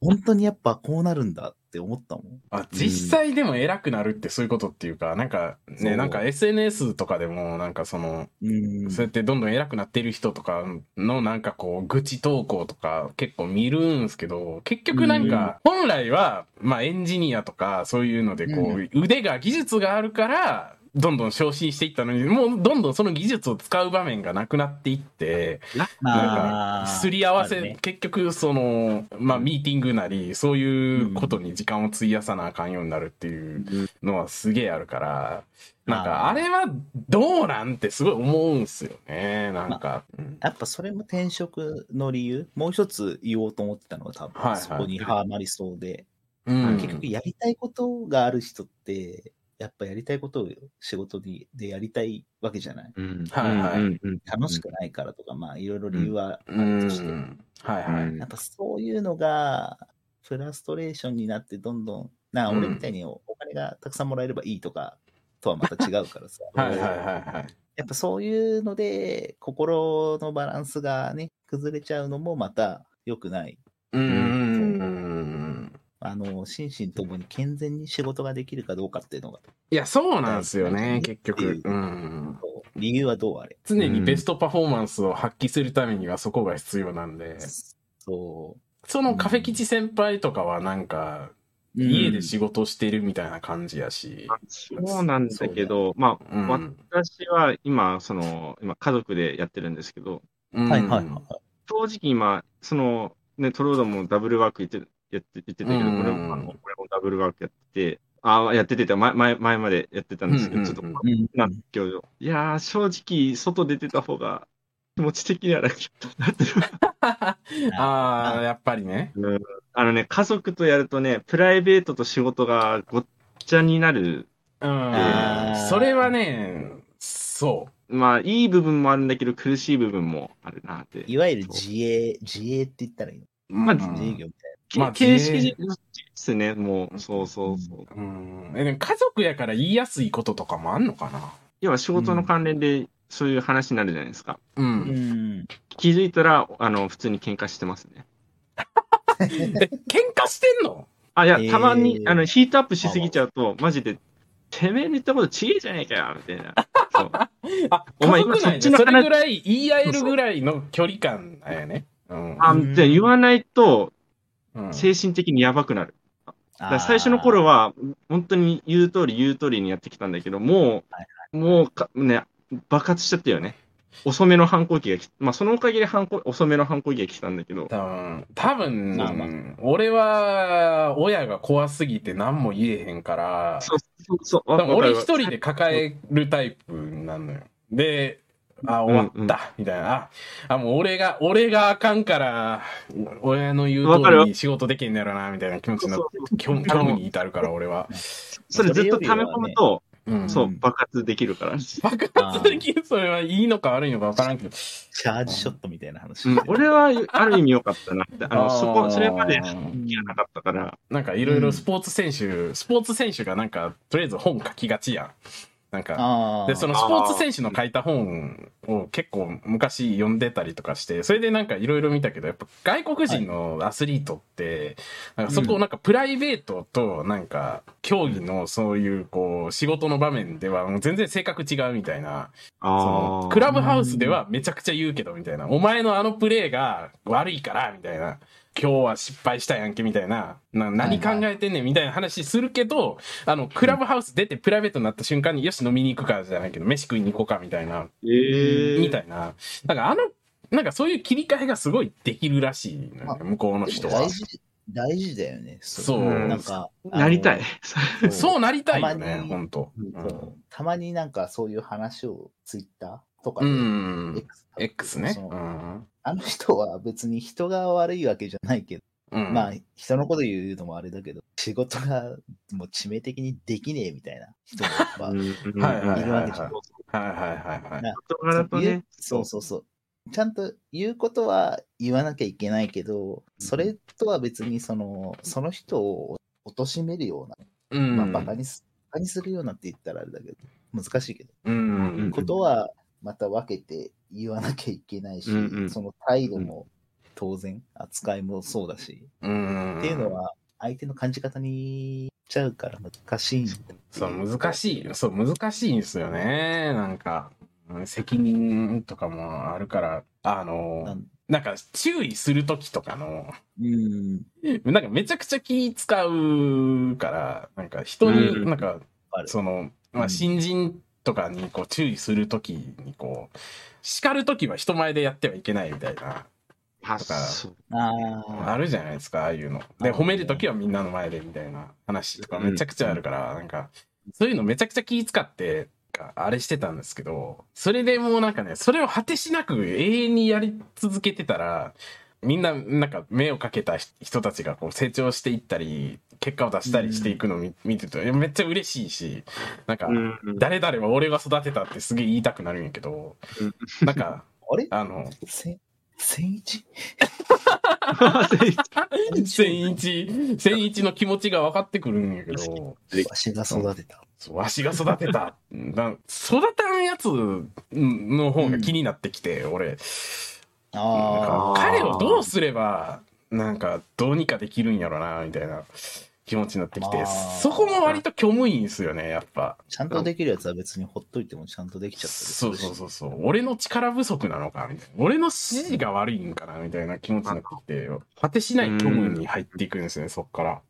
C: 本当にやっぱこうなるんだって思ったもん。
A: あ実際でも偉くなるってそういうことっていうか、なんか
C: そ
A: ね、
C: う
A: なんか SNS とかでも、なんかその、
C: うん
A: そうやってどんどん偉くなってる人とかのなんかこう愚痴投稿とか結構見るんすけど結局なんか本来はまあエンジニアとかそういうのでこう腕が技術があるからどんどん昇進していったのにもうどんどんその技術を使う場面がなくなっていってなんかすり合わ
C: ある
A: せ
C: ね
A: 結局そのまあミーティングなりそういうことに時間を費やさなあかんようになるっていうのはすげえあるから、なんかあ
C: あー
A: れはどうなんてすごい思うんすよね、なんか。うん
C: やっぱそれも転職の理由、もう一つ言おうと思ってたのは多分、
A: はいはい
C: そこにはまりそうで、
A: うん
C: 結局やりたいことがある人って、やっぱやりたいことを仕事にでやりたいわけじゃない
B: うん。
A: はいはい
B: い
C: 楽しくないからとか、まあいろいろ理由はあ
A: う
C: るとして、
A: ん。はいはい。
C: やっぱそういうのがフラストレーションになってどんどん、なあ
A: うん、
C: 俺みたいにおお金がたくさんもらえればいいとかとはまた違うからさ
A: はいはいはいはい。
C: やっぱそういうので心のバランスがね、崩れちゃうのもまた良くない。
A: うんうん。
C: あの、心身ともに健全に仕事ができるかどうかっていうのが、
A: いや、そうなんすよね、
C: 大事
A: 結局。うん。
C: 理由はどうあれ。
A: 常にベストパフォーマンスを発揮するためにはそこが必要なんで、
C: そ
A: そのカフェ吉先輩とかはなんか、
C: う。
A: 家で仕事してるみたいな感じやし。
B: そうなんだけど、まあ、
A: うん。
B: わ私は今、その、今、家族でやってるんですけど、
A: うん
C: はいはいはい。
B: 正直今、その、ね、トロードもダブルワーク言ってる、やって、言ってたけど、こ
A: うん
B: れも、あのこれもダブルワークやってて、ああ、やっててた、前、前、前までやってたんですけ
A: うん
B: ど、
A: うん
B: ち
A: う
B: ょ
A: ん
B: っと、
C: うん
B: な今日、いやー、正直、外出てた方が、気持ち的には楽だなってる。
A: ああ、やっぱりね。
B: あのね、家族とやるとね、プライベートと仕事がごっちゃになる。
A: うん
C: あ。ー
A: それはね、そう。
B: まあ、いい部分もあるんだけど、苦しい部分もあるなって。
C: いわゆる自営、自営って言ったらいいの
B: まあ
A: うん
C: 自営業みたい
A: まあ
B: 形
A: 全
B: 式
A: 員
B: ですね、もう。そうそうそう。
A: うんえでも家族やから言いやすいこととかもあんのかな
B: 要は仕事の関連で、そういう話になるじゃないですか。
A: う
C: な。
A: ん。
C: ん。
B: 気づいたら、あの、普通に喧嘩してますね。
A: え、喧嘩してんの
B: あ、いや
C: え、ー
B: たまに、あの、ヒートアップしすぎちゃうと、マジで、てめえの言ったことちげえじゃねえかよ、みたいな。 そう。
A: あ、
B: お前
A: 家族内で
B: 今そっちの話
A: それぐらい言い合えるぐらいの距離感だよね。うん。
B: あ、みたいな言わないと、
A: うん
B: 精神的にやばくなる。だか
C: あ
B: ら
C: ー
B: 最初の頃は、本当に言う通り言う通りにやってきたんだけど、も、
C: はいう
B: もうか、ね、爆発しちゃったよね。遅めの反抗期が来まあ、そのおかげで反抗、遅めの反抗期が来たんだけど、
A: 多分、多分、
C: まあまあ
A: 俺は親が怖すぎて何も言えへんから、
B: そうそうそう、
A: 多
B: わ
A: 分
B: わか
A: 俺
B: る
A: 一人で抱えるタイプなのよ。で、あ、
B: うん
A: 終わった、みたいな。あ、あもう俺が、俺があかんから、親の言う
B: わ
A: 通
B: かる
A: り
B: よ
A: に仕事できんのやろな、みたいな気持ち
B: そう
A: にな
B: そ
A: っ
B: う
A: て虚虚無に至るから俺は。
B: それずっと溜め込むと、
A: うん、
B: そうう、
C: ん
B: 爆発できるから。
A: 爆発できるそれはいいのか悪いのか分からんけど
C: チャージショットみたいな話。
B: うん、俺は、ある意味良かったなって。あ
A: あ
B: の、
A: ー
B: そこ、それまで、気がなかったから。
A: なんかいろいろスポーツ選手、スポーツ選手がなんかとりあえず本書きがちやんなんか
C: ああ。
A: でそのスポーツ選手の書いた本を結構昔読んでたりとかしてそれでなんかいろいろ見たけどやっぱ外国人のアスリートって、なんかそこをなんかプライベートとなんか競技のそういうこう仕事の場面ではもう全然性格違うみたいなそ
B: あ
A: の
B: あ。
A: クラブハウスではめちゃくちゃ言うけどみたいなお前のあのプレーが悪いからみたいな今日は失敗したやんけみたいなな何考えてんねんみたいな話するけど、あのクラブハウス出てプライベートになった瞬間によし飲みに行くかじゃないけど飯食いに行こうかみたいな
B: ええ
A: みたいななんかあのなんかそういう切り替えがすごいできるらしいのよね向こうの人は
C: 大。事、大事だよね。それ
A: そう
C: なんか。
B: なりたい。
C: あ の。
A: そうなりたいよ
C: たま
A: ね
C: に
A: 本当。
C: そうそうたまになんかそういう話をツイッターとか
A: う
C: で。
A: ん
C: X とかで
A: X ね。
C: そうの
A: ん
C: あの人は別に人が悪いわけじゃないけど、
A: うん、
C: まあ人のこと言うのもあれだけど、仕事がもう致命的にできねえみたいな人
B: うん
C: が
A: は
B: うん
A: いはい
C: るわけじゃ
A: は
C: ん。
A: いはいはいはい。
B: 事柄と
C: 言う
B: ね、
C: そうそうそう。ちゃんと言うことは言わなきゃいけないけど、それとは別にその、その人を貶めるよ
A: う
C: うな、
A: ん
C: まあバカにす、バカにするようなって言ったらあれだけど、難しいけど、
A: うん
C: ことはまた分けて言わなきゃいけないし、
B: うんうん
C: その態度も当然、扱いもそうだし、
A: うん
C: っていうのは相手の感じ方にいっちゃうから難しいんだってい
A: そう難しいそう難しいんですよねなんかうん責任とかもあるからあ
C: な
A: の
C: ん
A: なんか注意する時とかの
C: うん、
A: なんかめちゃくちゃ気使うからなんか人に
B: うん
A: なんか
C: ある
A: その、ま
C: う
A: あ、
C: ん
A: 新人とかにこう注意する時にこう叱る時は人前でやってはいけないみたいな
B: 発
A: か
B: 想。
C: あ
A: あるじゃないですか、ああいうの。で、
C: あるね
A: 褒めるときはみんなの前でみたいな話とか
B: うん
A: めちゃくちゃあるから、なんか、そういうのめちゃくちゃ気使って、なんかあれしてたんですけど、それでもうなんかね、それを果てしなく永遠にやり続けてたら、みんな、なんか、目をかけた人たちがこう成長していったり、結果を出したりしていくのを見見てると、いやめっちゃ嬉しいし、なんか
B: う、んうん
A: 誰々は俺が育てたってすげえ言いたくなるんやけど
B: う、
A: なんか、
C: あれ
A: あの、
C: せ千一
A: 千一、千一の気持ちが分かってくるんやけど、
C: わしが育てた。
A: そうわしが育てた。だ育たんやつの方が気になってきて、俺。なん
C: ああ、
A: か彼をどうすれば、なんかどうにかできるんやろな、みたいな気持ちになってきて
C: あー、
A: そこも割と虚無いんすよね、やっぱ。
C: ちゃんとできるやつは別にほっといてもちゃんとできちゃったりす
A: そう
C: るし
A: そうそうそう。俺の力不足なのか、みたいな。俺の指示が悪いんかな、みたいな気持ちになってきて、果てしない虚無に入っていくんですよね、そっから。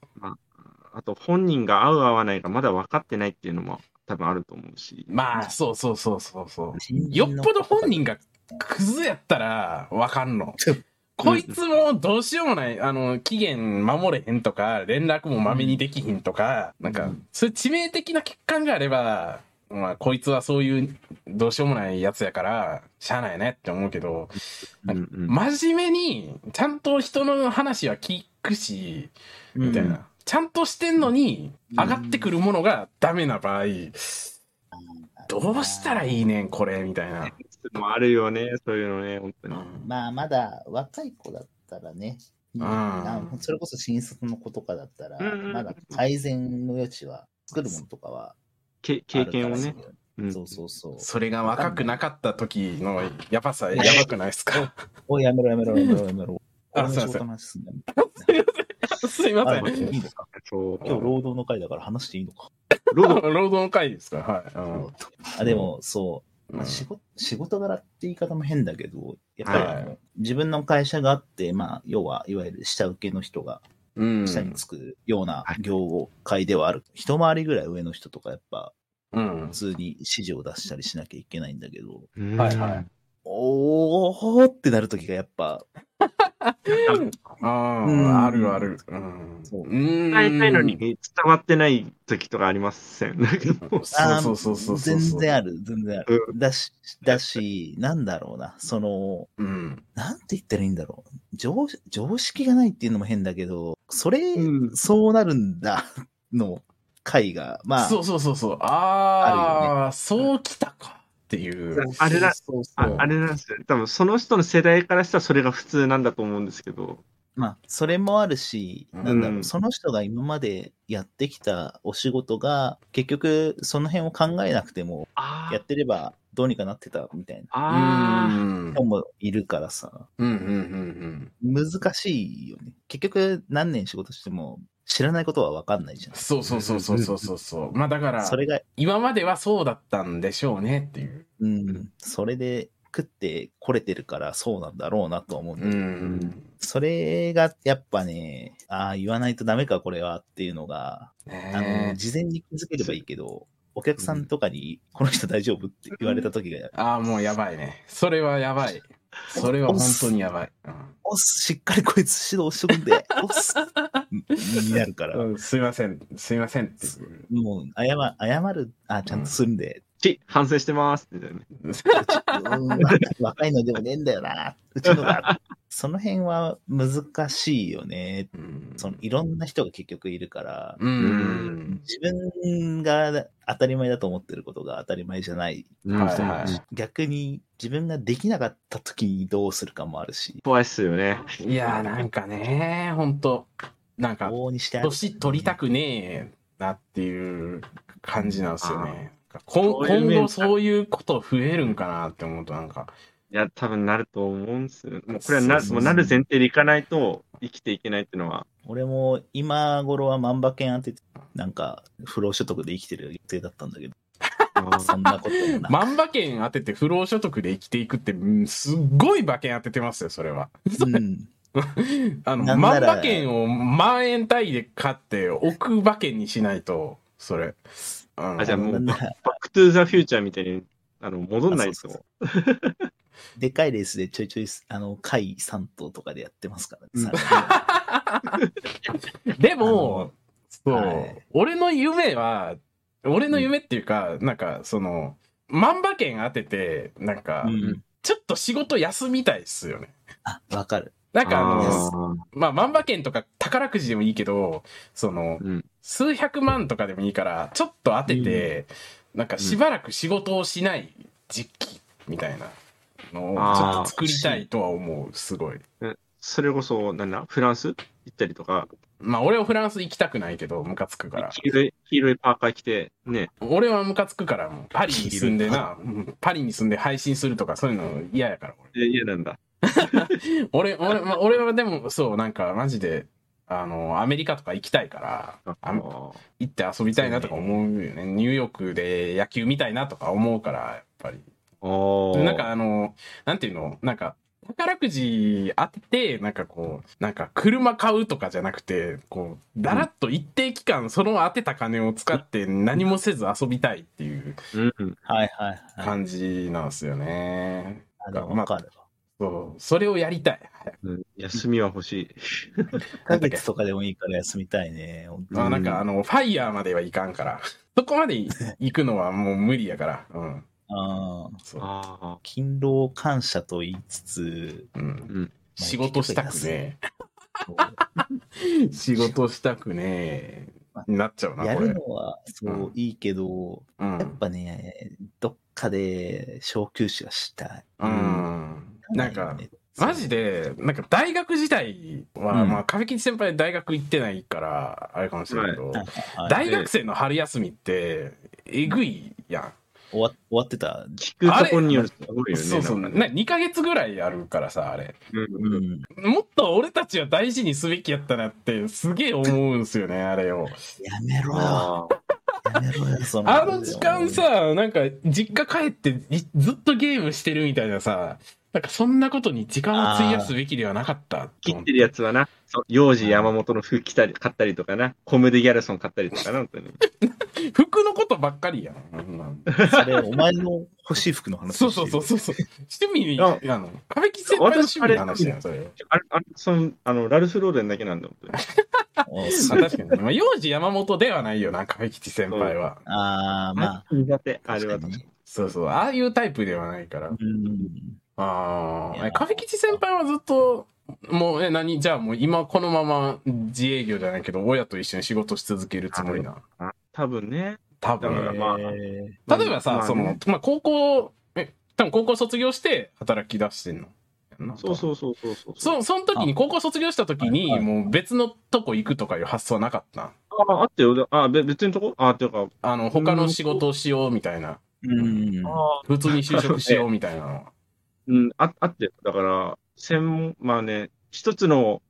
B: あと、本人が合う合わないがまだ分かってないっていうのも多分あると思うし。
A: まあ、そうそうそうそうそう。
C: 新
A: よ
C: 人
A: っ
C: の
A: ぽど本人がクズやったらわかんの
C: ちょ。
A: こいつもどうしようもない、あの、期限守れへんとか、連絡もまめにできひんとか、なん
C: う
A: か
C: ん、
A: そういう致命的な欠陥があれば、まあ、こいつはそういうどうしようもないやつやから、しゃあないねって思うけど、
B: うんうん
A: 真面目に、ちゃんと人の話は聞くし、みたいな。
C: うん
A: ちゃんとしてんのに、
C: うん
A: 上がってくるものがダメな場合、どうしたら
C: いい
A: いいねん、これ、みたいな。
B: もあるよね、そういうのね、本当に。
C: まあまだ若い子だったらね、
A: ん
C: なんそれこそ新卒の子とかだったら、
B: うんうん
C: まだ改善の余地は、作るものとかは
B: け
C: ある
B: 経
C: から
B: 験をね。
C: そうそうそうそう。
A: それが若くなかった時のやばさ、やばくないです か
C: おいやめろやめろやめろや めろ。
A: あすいません
C: 俺の仕事の話すんだよ
A: すいませ
C: あいい
A: ん。
C: のか
B: そう。
C: 今日労働の会だから話していいのか。
B: ロド
A: 労働の会ですかはい。うん
C: あでも、そう、まあ
A: うん
C: 仕事、仕事柄って言い方も変だけど、やっぱりあの、
A: は
C: 自分の会社があって、まあ、要はいわゆる下請けの人が
A: うん。
C: 下につくような業界ではある。一回りぐらい上の人とか、やっぱ、
A: うん
C: 普。通に指示を出したりしなきゃいけないんだけど、
B: うん
A: はいはい
C: おーってなるときがやっぱ、
A: あ
C: うん
A: あ、あるある。うん。
C: そ
A: う
C: う
A: ん
B: 伝えたいのに。伝わってない時とかありません。なんかもう
A: そうそうそうそうそう。
C: あー全然ある、全然ある。だし、だし、なんだろうな、その、
A: うん。
C: なんて言ったらいいんだろう。常常識がないっていうのも変だけど、それ、
B: うん
C: そうなるんだの回が、まあ、
A: そうそうそうそう。
C: ある
A: ああ、そうきたかっていう。
B: あれだ
C: そうそ
B: あ
C: う
B: あれなんですよ。多分その人の世代からしたらそれが普通なんだと思うんですけど。
C: まあ、それもあるし、
A: うん
C: なんだろう、
B: うん
C: その人が今までやってきたお仕事が、結局、その辺を考えなくても、
B: あ
C: やってればどうにかなってたみたいな
B: あ。
A: う
B: あ
A: ん
C: 人もいるからさ、
A: うんうんうん
C: 難しいよね。結局、何年仕事しても、知らないことは分かんないじゃ
A: そうそうそうそうそうそうそうまあだか
C: ん。
A: ら
C: それが、
A: 今まではそうだったんでしょうねっていう
C: うん、それで食ってこれてるから、そうなんだろうなと思うんだけど
A: うん
C: それがやっぱね、ああ、言わないとダメか、これはっていうのが、あの、
A: ね
C: 事前に気づければいいけど、お客さんとかに、この人大丈夫って言われた時が、
A: ああーもうやばいねそれはやばいそれは本当にやばい、
C: おっす、しっかりこいつ指導しとくんで、おっす、になるから、
A: うんうんすいませんすいませんっていう
C: もう謝、謝る、あちゃんとするんで、
B: ち、反省してますみたいなね。
C: うん若いのでもねえんだよな、うちのが。その辺は難しいよね。
A: うん
C: そのいろんな人が結局いるから、
A: うん
C: 自分が当たり前だと思ってることが当たり前じゃない。
A: はいはい
C: 逆に自分ができなかった時にどうするかもあるし、
B: 怖いっすよね。
A: いやーなんかね本当なんか
C: 往々にしてある
A: 年取りたくねえなっていう感じなんですよね
B: そ
A: 今
B: ういう面
A: 今後そういうこと増えるんかなって思うとなんか
B: いや、多分なると思うんですよ。もうこれはな
A: そうそうそう
B: もうなる前提でいかないと生きていけないっていう のは。
C: 俺も今頃は万馬券当てて、なんか不労所得で生きてる予定だったんだけど、そんなこともなく
A: 万馬券当てて不労所得で生きていくって、うんすっごい馬券当ててますよ、それは。
C: うん、
A: あの、
C: なんな
A: 万
C: ら
A: 馬券を万円単位で買って、億馬券にしないと、それ。うん
B: あじゃあもう
C: なんなら
B: バックトゥーザフューチャーみたいにあの戻んない
C: あそう
B: と。
C: でかいレースでちょいちょい、あの、回3頭とかでやってますからね
B: うん
C: 最近。
A: で
C: あ
A: も
C: の、
A: そう、
C: はい
A: 俺の夢は、俺の夢っていうか、なんか、その、万馬券当てて、なんか、
C: うん、
A: ちょっと仕事休みたいっすよね。
C: あ、わかる。
A: なんかあの、
B: あー
A: まあ、万馬券とか宝くじでもいいけど、その、
B: うん
A: 数百万とかでもいいから、ちょっと当てて、なんかしばらく仕事をしない時期みたいなのをちょっと作りたいとは思う、すごい。
B: それこそ、なんだ、フランス行ったりとか、
A: まあ、俺はフランス行きたくないけど、ムカつくから。
B: 黄色い黄色いパーカー着て、ね、
A: 俺はムカつくから、もうパリに住んでな、うんパリに住んで配信するとかそういうの嫌やから、
B: え嫌なんだ。
A: 俺。俺、俺、まあ、俺はでも、そう、なんかマジで、あの、アメリカとか行きたいから、あ
B: あ
A: 行って遊びたいなとか思うよね。ニューヨークで野球見たいなとか思うから、やっぱり。
B: あ。
A: なんか、あの、なんていうのなんか、宝くじ当てて、なんかこう、なんか車買うとかじゃなくて、こう、だらっと一定期間、その当てた金を使って何もせず遊びたいっていう
B: うん。
C: はいはいはい。
A: 感じなんですよね。
C: あの、
A: まあ
C: わかる。
A: そう。それをやりたい。
B: うん休みは欲しい。
C: 1ヶ月とかでもいいから休みたいね。本当に
A: まあなんかあの、ファイヤーまではいかんから。そこまで行くのはもう無理やから。うん。
C: あー
A: そう。
B: あ
C: 勤労感謝と言いつつ、
A: うん。
B: うん
A: 仕事したくね
C: こ
A: え。仕事したくねえ。になっちゃう
C: う
A: な、
C: や
A: こ
C: る
A: れ。
C: のはそう、
A: うん
C: いいけど、
A: う
C: や
A: ん
C: っ。ぱね、どっかで小休止はしたい。
A: うん。なんか、
C: そう
A: マジで、なんか大学時代は、
C: うん
A: まあ、壁吉先輩大学行ってないから、あれかもしれないけど、
C: はいはい
A: 大学生の春休みって、えぐいや
C: 終わ終わってた。
B: 聞くとこによるとすごい
A: ん。
B: よね。
A: そうそう。
B: な
A: なん
B: かね
A: 2ヶ月ぐらいあるからさ、あれ。
B: うんうん
C: い
A: もっと俺たちは大事にすべきやったなって、すげえ思うんすよね、あれを。
C: やめろよ。
B: あ
C: やめ ろよ。そ
A: あの時間、さ、なんか、実家帰っていずっとゲームしてるみたいなさ、なんかそんなことに時間を費やすべきではなかったと
B: 切
A: 思っ
B: っててるやつはな、そう幼児山本の服着たり、買ったりとかな、コムデギャルソン買ったりとかな、本当に。
A: 服のことばっかりやん。うん
C: それお前の欲しい服の話
A: そうそうそう
C: し
A: そうそう。趣味に、
B: あ
A: あの、壁木先輩の趣味の話だよ、それ。
B: あれ、あれ、その、あの、ラルフローレンだけなんだ、本
C: てるお
A: ま
C: そ
A: あ
C: う
A: 確かに。まあ、幼児山本ではないよな、壁吉先輩は。
C: ああ、
B: 当に。
C: ま
B: 苦
C: あ、
B: 手。あれは
C: 確かにね
A: そうそう。ああいうタイプではないから。
C: うん。
A: あ
C: い
A: あ。
C: や
A: え壁吉先輩はずっと、もう、え、何じゃあもう今このまま自営業じゃないけど、親と一緒に仕事し続けるつもりな。
B: 多分ね。
A: 多
B: だから
A: 分、
B: まあ
C: え
A: 例えばさ、
B: まあね
A: その、まあ、高校、え、多分高校卒業して働き出してんの。
B: そう
A: う。
B: そうそうそうそう。
A: そ、その時に、高校卒業した時に、
C: はいはい
A: もう別のとこ行くとかいう発想はなかったん
B: ああ、あってよ。あ、べ別のとこあ、っていうか、
A: あの、他の仕事をしようみたいな。
C: ーうん。
B: あ
A: 普通に就職しようみたいなのは。
B: うん、ああってよ。だから、専門、まあね、一つの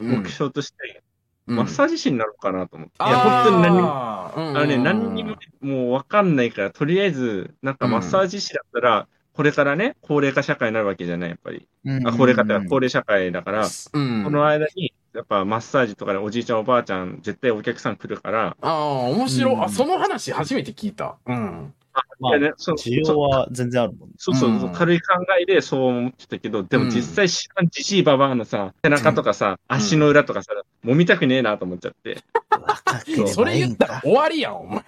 A: うん
B: 目標として、
A: うん
B: マッサージ師になろうかなと思って。
A: あー
B: いや、本当に
A: うんうんうん
B: 何にもあのね、何にもね、もうわかんないから、とりあえず、なんかマッサージ師だったら、これからね、高齢化社会になるわけじゃない、やっぱり。あ、高齢化ってか高齢社会だから、
A: うん。
B: この間に、やっぱマッサージとかでおじいちゃんおばあちゃん、絶対お客さん来るから、
A: ああ、面白い。
C: う
A: あ、
C: ん
A: その話初めて聞いた。うん。
C: まあ
B: いやね、そ
C: 需要は全然ある もんね。
B: そうそうそう
A: うん
B: 軽い考えでそう思ってたけど、で
A: う
B: も
A: ん
B: 実際知らんじじいばばあのさ、背中とかさ、足の裏とかさ、揉みたくねえなと思っちゃって。
C: 若ければいいんだ。
A: それ言ったら終わりやん、お前。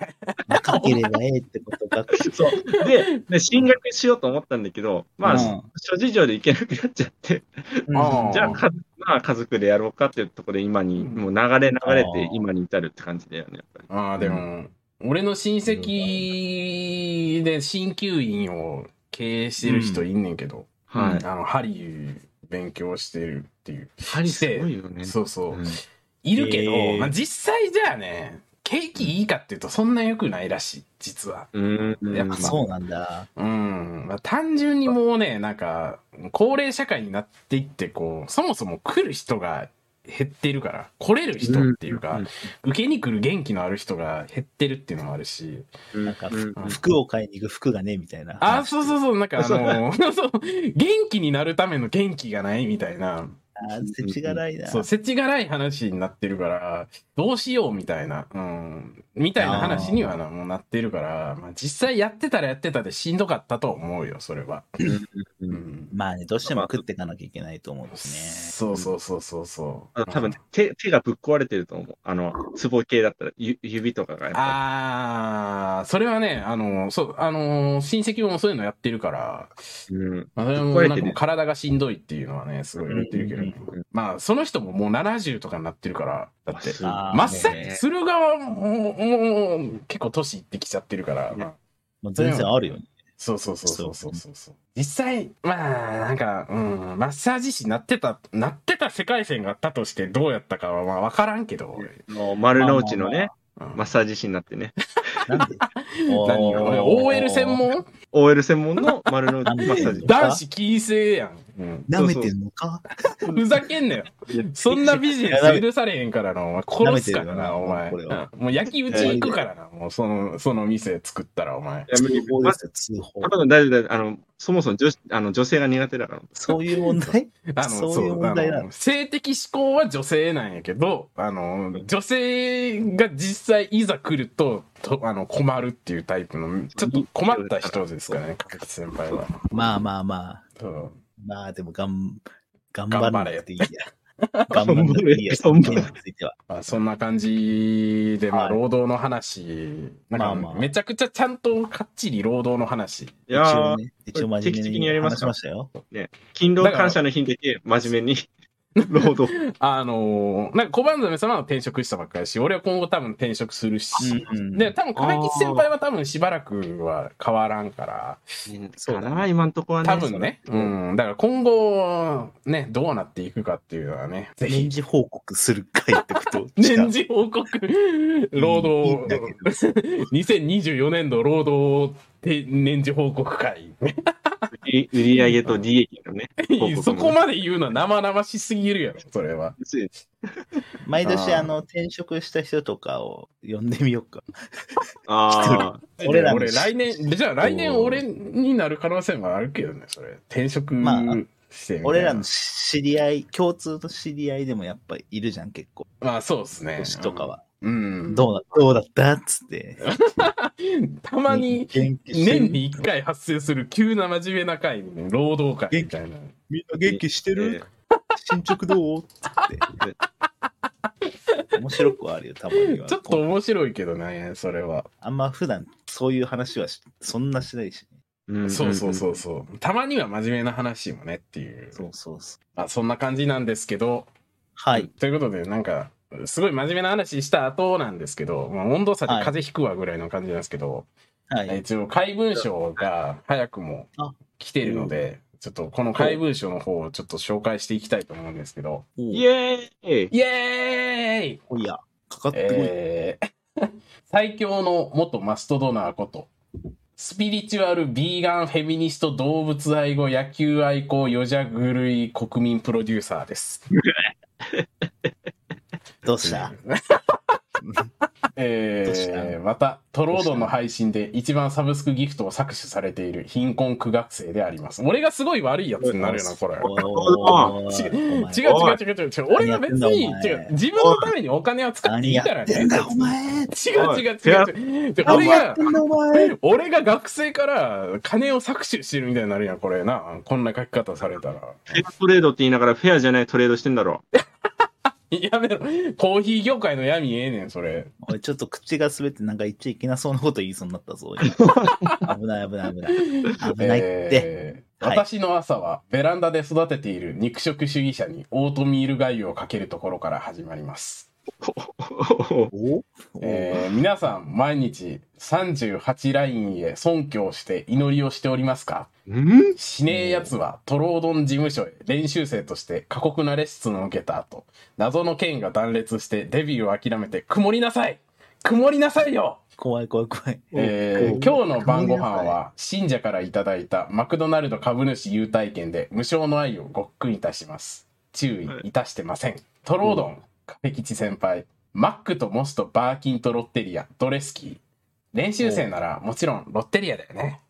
C: 若ければええってことか。
B: そう。で、で進学しようと思ったんだけど、まあ、
C: うん
B: 諸事情で行けなくなっちゃって、
A: あー
B: じゃあか、まあ、家族でやろうかっていうところで今に、もう流れ流れて今に至るって感じだよね、やっぱり。
A: ああ、でも、俺の親戚で鍼灸院を経営してる人いんねんけど、
B: はい。
A: あの、針勉強してるっていう。
B: ハリすごいよね。
A: そうそう。
B: うん
A: いるけど、
C: へえ
A: まあ、実際じゃあね、景気いいかっていうとそんな良くないらしい、実は。
B: うん。
A: やっぱ
C: あそうなんだ。
A: うん。まあ、単純にもうね、なんか、高齢社会になっていって、こう、そもそも来る人が減ってるから、来れる人っていうか、
B: うん
A: 受けに来る元気のある人が減ってるっていうのもあるし、
B: うん
C: なんか
B: うん
C: 服を買いに行く服がね、みたいな。
A: あ、そうそうそう、なんかあの、そう、元気になるための元気がないみたいな、
C: あー、せちがないな。
A: そう、せちがない話になってるから、どうしようみたいな、うん、みたいな話にはなもうなってるから、まあ、実際やってたらやってたでしんどかったと思うよ、それは。
B: うん
A: うん
C: まあね、どうしても食っていかなきゃいけないと思うんですね。
A: そうそうそうそうそう。
B: あ多分手手がぶっ壊れてると思う。あの、ツボ系だったら、ゆ指とかがやっぱ
A: ああ、それはね、あの、そう、あの、親戚もそういうのやってるから、
B: り。うん。
A: まあ、それもなんかもう体がしんどいっていうのはね、すごい言ってるけどね
B: うんうんうん。
A: まあ、その人ももう70とかになってるから、だって、
B: あ
C: あー
A: マッサー
C: ね
A: ジする側も、もう、結構年いってきちゃってるから、まあ
C: もう全然あるよね。
A: そうそうそうそうそうそうそう。実際、まあ、なんか、うん、マッサージ師なってた、なってた世界線があったとしてどうやったかはまあわからんけど、俺
B: あの丸の内のね、
A: うん
B: マッサージ師になってね。
C: なんで
A: 何が
C: おー
A: ?OL 専門
B: OL 専門の丸の内マッサージ。
A: 男子禁制やん。
C: 舐めてんのか
A: ふざけんなよ。そんなビジネス許されへんからな、お前。殺すからな、お前。
C: 舐めてるな
A: もう焼き打ち行くからな、もうその、その店作ったら、お前。
B: やめて
C: 通報ですよ、通報
B: 多。分大丈夫、大丈夫。あの、そもそも女子あの女性が苦手だから。
C: そういう問題
A: あの、
C: そういう問題なの
A: あの性的指向は女性なんやけど、あの、女性が実際いざ来ると、とあの困るっていうタイプの、ちょっと困った人ですからね、角田先輩は。
C: まあまあまあ。
A: そう
C: まあでも、がん、頑張らなくていいや。頑
B: 張れ
C: 張らなくていいや。
B: 頑張れ
C: その件については。
A: まあ、そんな感じで、まあ、
C: はい
A: 労働の話、な
C: ま
A: ん
C: あ
A: か、
C: まあ
A: めちゃくちゃちゃんとかっちり労働の話。
B: い
C: 一
B: や
C: 応
B: ー、
C: ね、一応真
B: 定期
C: 面
B: 的
C: 目に
B: にやりま
C: 話
B: し
C: し
B: ょう
C: ましたよ。
B: 勤労感謝の日だけ真面目に労働。
A: あのーなんか小判ザメ様は転職したばっかりだし、俺は今後多分転職するし、
C: うんうん
A: で、多分、亀吉先輩は多分しばらくは変わらんから、
C: そうだね
B: かな、今んとこはね。
A: 多分ね。うん。だから今後、ね、どうなっていくかっていうのはね、ぜ
C: 年
A: ひ。
C: 次報告する会ってこと。
A: 年次報 告、労
C: いいんだけ
A: 働
C: ど、
A: 2024年度労働て年次報告会。
B: 売り売り上げと利益のね。報告も
A: そこまで言うのは生々しすぎるやろ、それは。
C: 毎年
A: あー
C: あの転職した人とかを呼んでみようか。
B: ああ、
C: 俺らの
A: 俺来年、じゃあ来年
C: おー
A: 俺になる可能性もあるけどね、それ。転職
C: まあ
A: してみたいな
C: 俺らの知り合い、共通の知り合いでもやっぱりいるじゃん、結構。
A: まあそうですね。
C: 年とかは。
A: うん。
C: どうだどうだったっつって。
A: たまに、
C: 元気してる
A: 年に1回発生する急な真面目な会にね、労働会みたいな。
C: みんな元気してる進捗どうっつって。面白くはあるよ、たまには。
A: ちょっと面白いけどね、それは。
C: あんま普段そういう話はしそんなしないし、ね。
B: うん
A: そうそうそうそう。たまには真面目な話もねっていう。
C: そうそうそう。
A: まあ、そんな感じなんですけど。
C: はい。
A: ということで、なんか、すごい真面目な話した後なんですけど、まあ、温度差で風邪ひくわぐらいの感じなんですけど、
C: はい。
A: 一応怪文書が早くも来てるので、ちょっとこの怪文書の方をちょっと紹介していきたいと思うんですけど、
C: お
B: イ
C: や、
B: エーイ
A: イエーイ
C: おや、かかってこい。
A: えー 最強の元マストドナーこと、スピリチュアル、ビーガン、フェミニスト、動物愛護、野球愛好、ヨジャグルイ、国民プロデューサーです。
C: どうしたどうし
A: え
C: た
A: ーまた、トロードの配信で一番サブスクギフトを搾取されている貧困苦学生であります。俺がすごい悪いやつになるよな、これ。
C: おー
B: お
A: 違う
C: お前
A: 違う違う違う違う。俺が別に、
C: 何やってんだ
A: 違
C: お前
A: う、自分のためにお金は使ってい
C: 何
A: い
C: や
A: から
C: っ
A: ね。
C: て
A: 違
C: んだ、お前。
A: う違う違う違う。で俺
C: 何や
A: が
C: っ、てんだ、お前。
A: 俺が学生から金を搾取してるみたいになるやん、これな。こんな書き方されたら。
B: フェアトレードって言いながらフェアじゃないトレードしてんだろ。
A: やめろ。コーヒー業界の闇ええねん、それ。
C: おいちょっと口が滑ってなんか言っちゃいけなそうなこと言いそうになったぞ。今危ない危ない危ない。危ないって。
A: えー
C: はい
A: 私の朝はベランダで育てている肉食主義者にオートミール粥をかけるところから始まります。
C: おお
A: えー皆さん、毎日38ラインへ尊敬して祈りをしておりますか
B: ん
A: しねえ奴は、トロードン事務所へ練習生として過酷なレッスンを受けた後、謎の剣が断裂してデビューを諦めて、曇りなさい曇りなさいよ
C: 怖い怖い怖い。
A: えー今日の晩ご飯は、信者からいただいたマクドナルド株主優待券で無償の愛をごっくんいたします。注意いたしてません。トロードン、カペキチ先輩、マックとモスとバーキンとロッテリア、ドレスキー。練習生ならもちろんロッテリアだよね。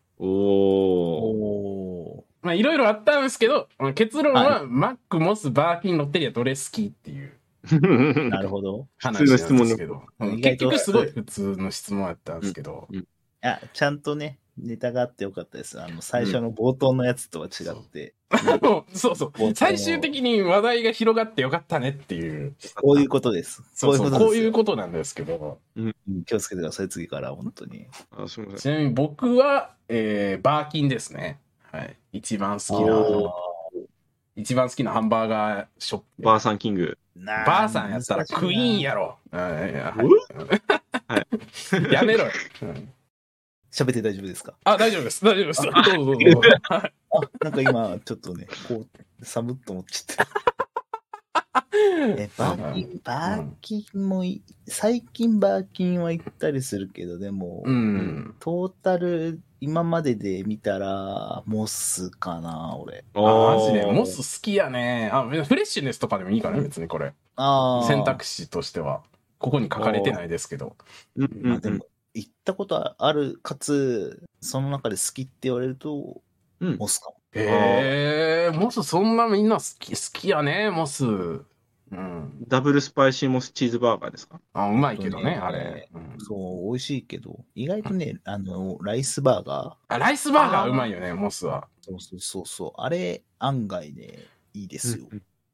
B: おお。
C: お
A: まあ、いろいろあったんですけど、まあ結論は、
C: は
A: マック、モス、バーキン、ロッテリア、ドレスキーっていう
C: ーなるほど。
A: 話なんですけど、
C: 問
A: うん
C: 意
A: 結
C: 外と
A: 局すごい普通の質問やったんですけど、
C: あ、ちゃんとね、ネタがあってよかったです。あの、最初の冒頭のやつとは違って、
A: もうそうそう
C: 冒頭の
A: 最終的に話題が広がってよかったねっていう、
C: こういうことです。
A: そうそう、こ
C: こ
A: う
C: う
A: い
C: いう
A: う
C: ことです
A: ことな
C: よ。
A: んですけど、
B: うんうん
C: 気をつけてください、次から、本当に。
B: あすみませ
A: ちなみに僕は、えーバーキンですね。はい。一番好き
B: お
A: な
B: ー、
A: 一番好きなハンバーガーショッ
B: ん。
A: プ。
B: バーサンキング。
C: なあ
A: ばあさんやったらクイーン。やろ。うんいやはいやめろよ。うん
C: 難しいな喋って大丈夫ですか
A: あ、大丈夫です。大丈夫です。どうぞどうぞどうぞ。はい
C: あ、なんか今、ちょっとね、こう、寒っと思っちゃった。 え、バーキン、バーキンもい、最近バーキンは行ったりするけど、でも、
A: うん。
C: トータル、今までで見たら、モスかな、俺。
A: あ、
B: おー
A: マジで。モス好きやね。あ、フレッシュネスとかでもいいかな、別にこれ。
C: ああ。
A: 選択肢としては。ここに書かれてないですけど。
B: うんうん
C: まあでも、行ったことある、かつ、その中で好きって言われると、
B: うん
C: モスかも。
A: へえー、モスそんなみんな好き、好きやね、モス。うん。
B: ダブルスパイシーモスチーズバーガーですか
A: あ、うまいけどね、
C: そうね
A: あれ。うん
C: そう、美味しいけど、意外とね、あの、ライスバーガ
A: あ、ライスバーガーうまいよね、モスは。
C: ー。そうそうそうそう、あれ、案外ね、いいですよ。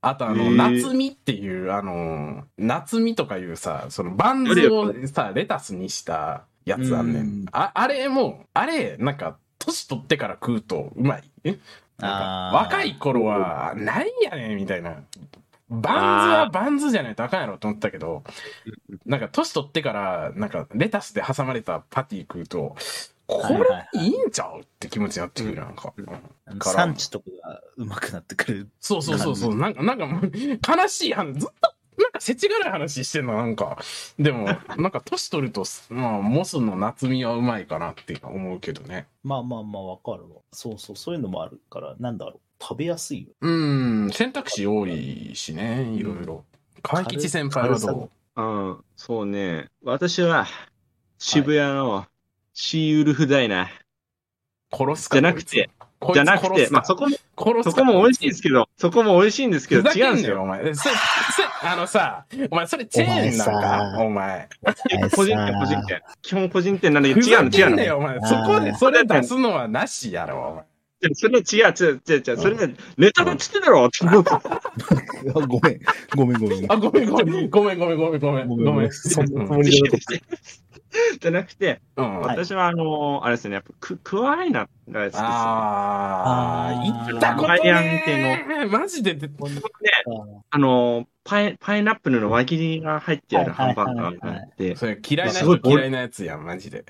A: あとあ
B: へ
A: の、
B: ー
A: 夏みっていう、あの、夏みとかいうさ、そのバンズをさ、レタスにしたやつあんね
C: うん
A: ん。ああれも、あれ、なんか、年取ってから食うとうまい。えなんか
C: あー
A: 若い頃は、なんやねんみたいな。バンズはバンズじゃないとあかんやろと思ったけど、なんか年取ってから、なんかレタスで挟まれたパティ食うと、こ
C: はいはい
A: れいいんちゃうって気持ちになってくる、なんか。
B: うん
A: うん
C: あの
A: から
C: 産地とかがうまくなってくる。
A: そうそうそうそう。なんか、なんか もう、悲しい話、ずっと、なんか、せちがらい話してんの、なんか。でも、 なんか、年取ると、まあ、モスの夏みはうまいかなって思うけどね。
C: まあまあまあ、わかるわ。そうそう、そういうのもあるから、なんだろう。食べやすいよ。
A: うん、選択肢多いしね、いろいろ。川吉先輩はど
B: うん、そうね。私は、渋谷のシーウルフダイナー
A: う殺すか
B: じゃなくて、
A: こいつ
B: じゃなく
A: 殺
B: て、
A: す
B: まあ
A: か
B: そこも、
A: 殺す
B: そ
A: か
B: こも美味しいんですけど、そこも美味しいんですけ
A: ふ
B: ど、
A: ざ
B: 違
A: け
B: う
A: ん
B: んで
A: な
B: すよ。
A: よ、お前。せ、せ、あのさ、お前、それチェーンなんか、お前。
B: 個人店、個人店。基本個人店なんだけど、
A: ふ
B: 違う
A: ざ
B: の、違
A: け
B: うんの
A: な。よ、お前。
C: あー
A: そこで、それ出すのはなしやろ、お前。
B: それ違う、違う、違う、違う、それネタだっつってんだろって思う
C: あごめん、ごめん、ごめん。
A: あ、ごめんごめん、ごめんごめんごめんごめん。ご
C: ごめん
A: めん。
C: そんなつ
A: う
C: もりじゃなかった
B: じゃなくて、
A: ん。
C: はい
B: 私はあのーあれですね、やっぱク、クワイナが好きですね。
A: ああ、行ったこと
B: マリアン
A: ねえマジでで
C: こんな
B: あの、パイ、パイナップルの輪切りが入ってあるハンバーガーがあって、
A: それ嫌いな
B: すごい
A: 人嫌いなやつやんマジで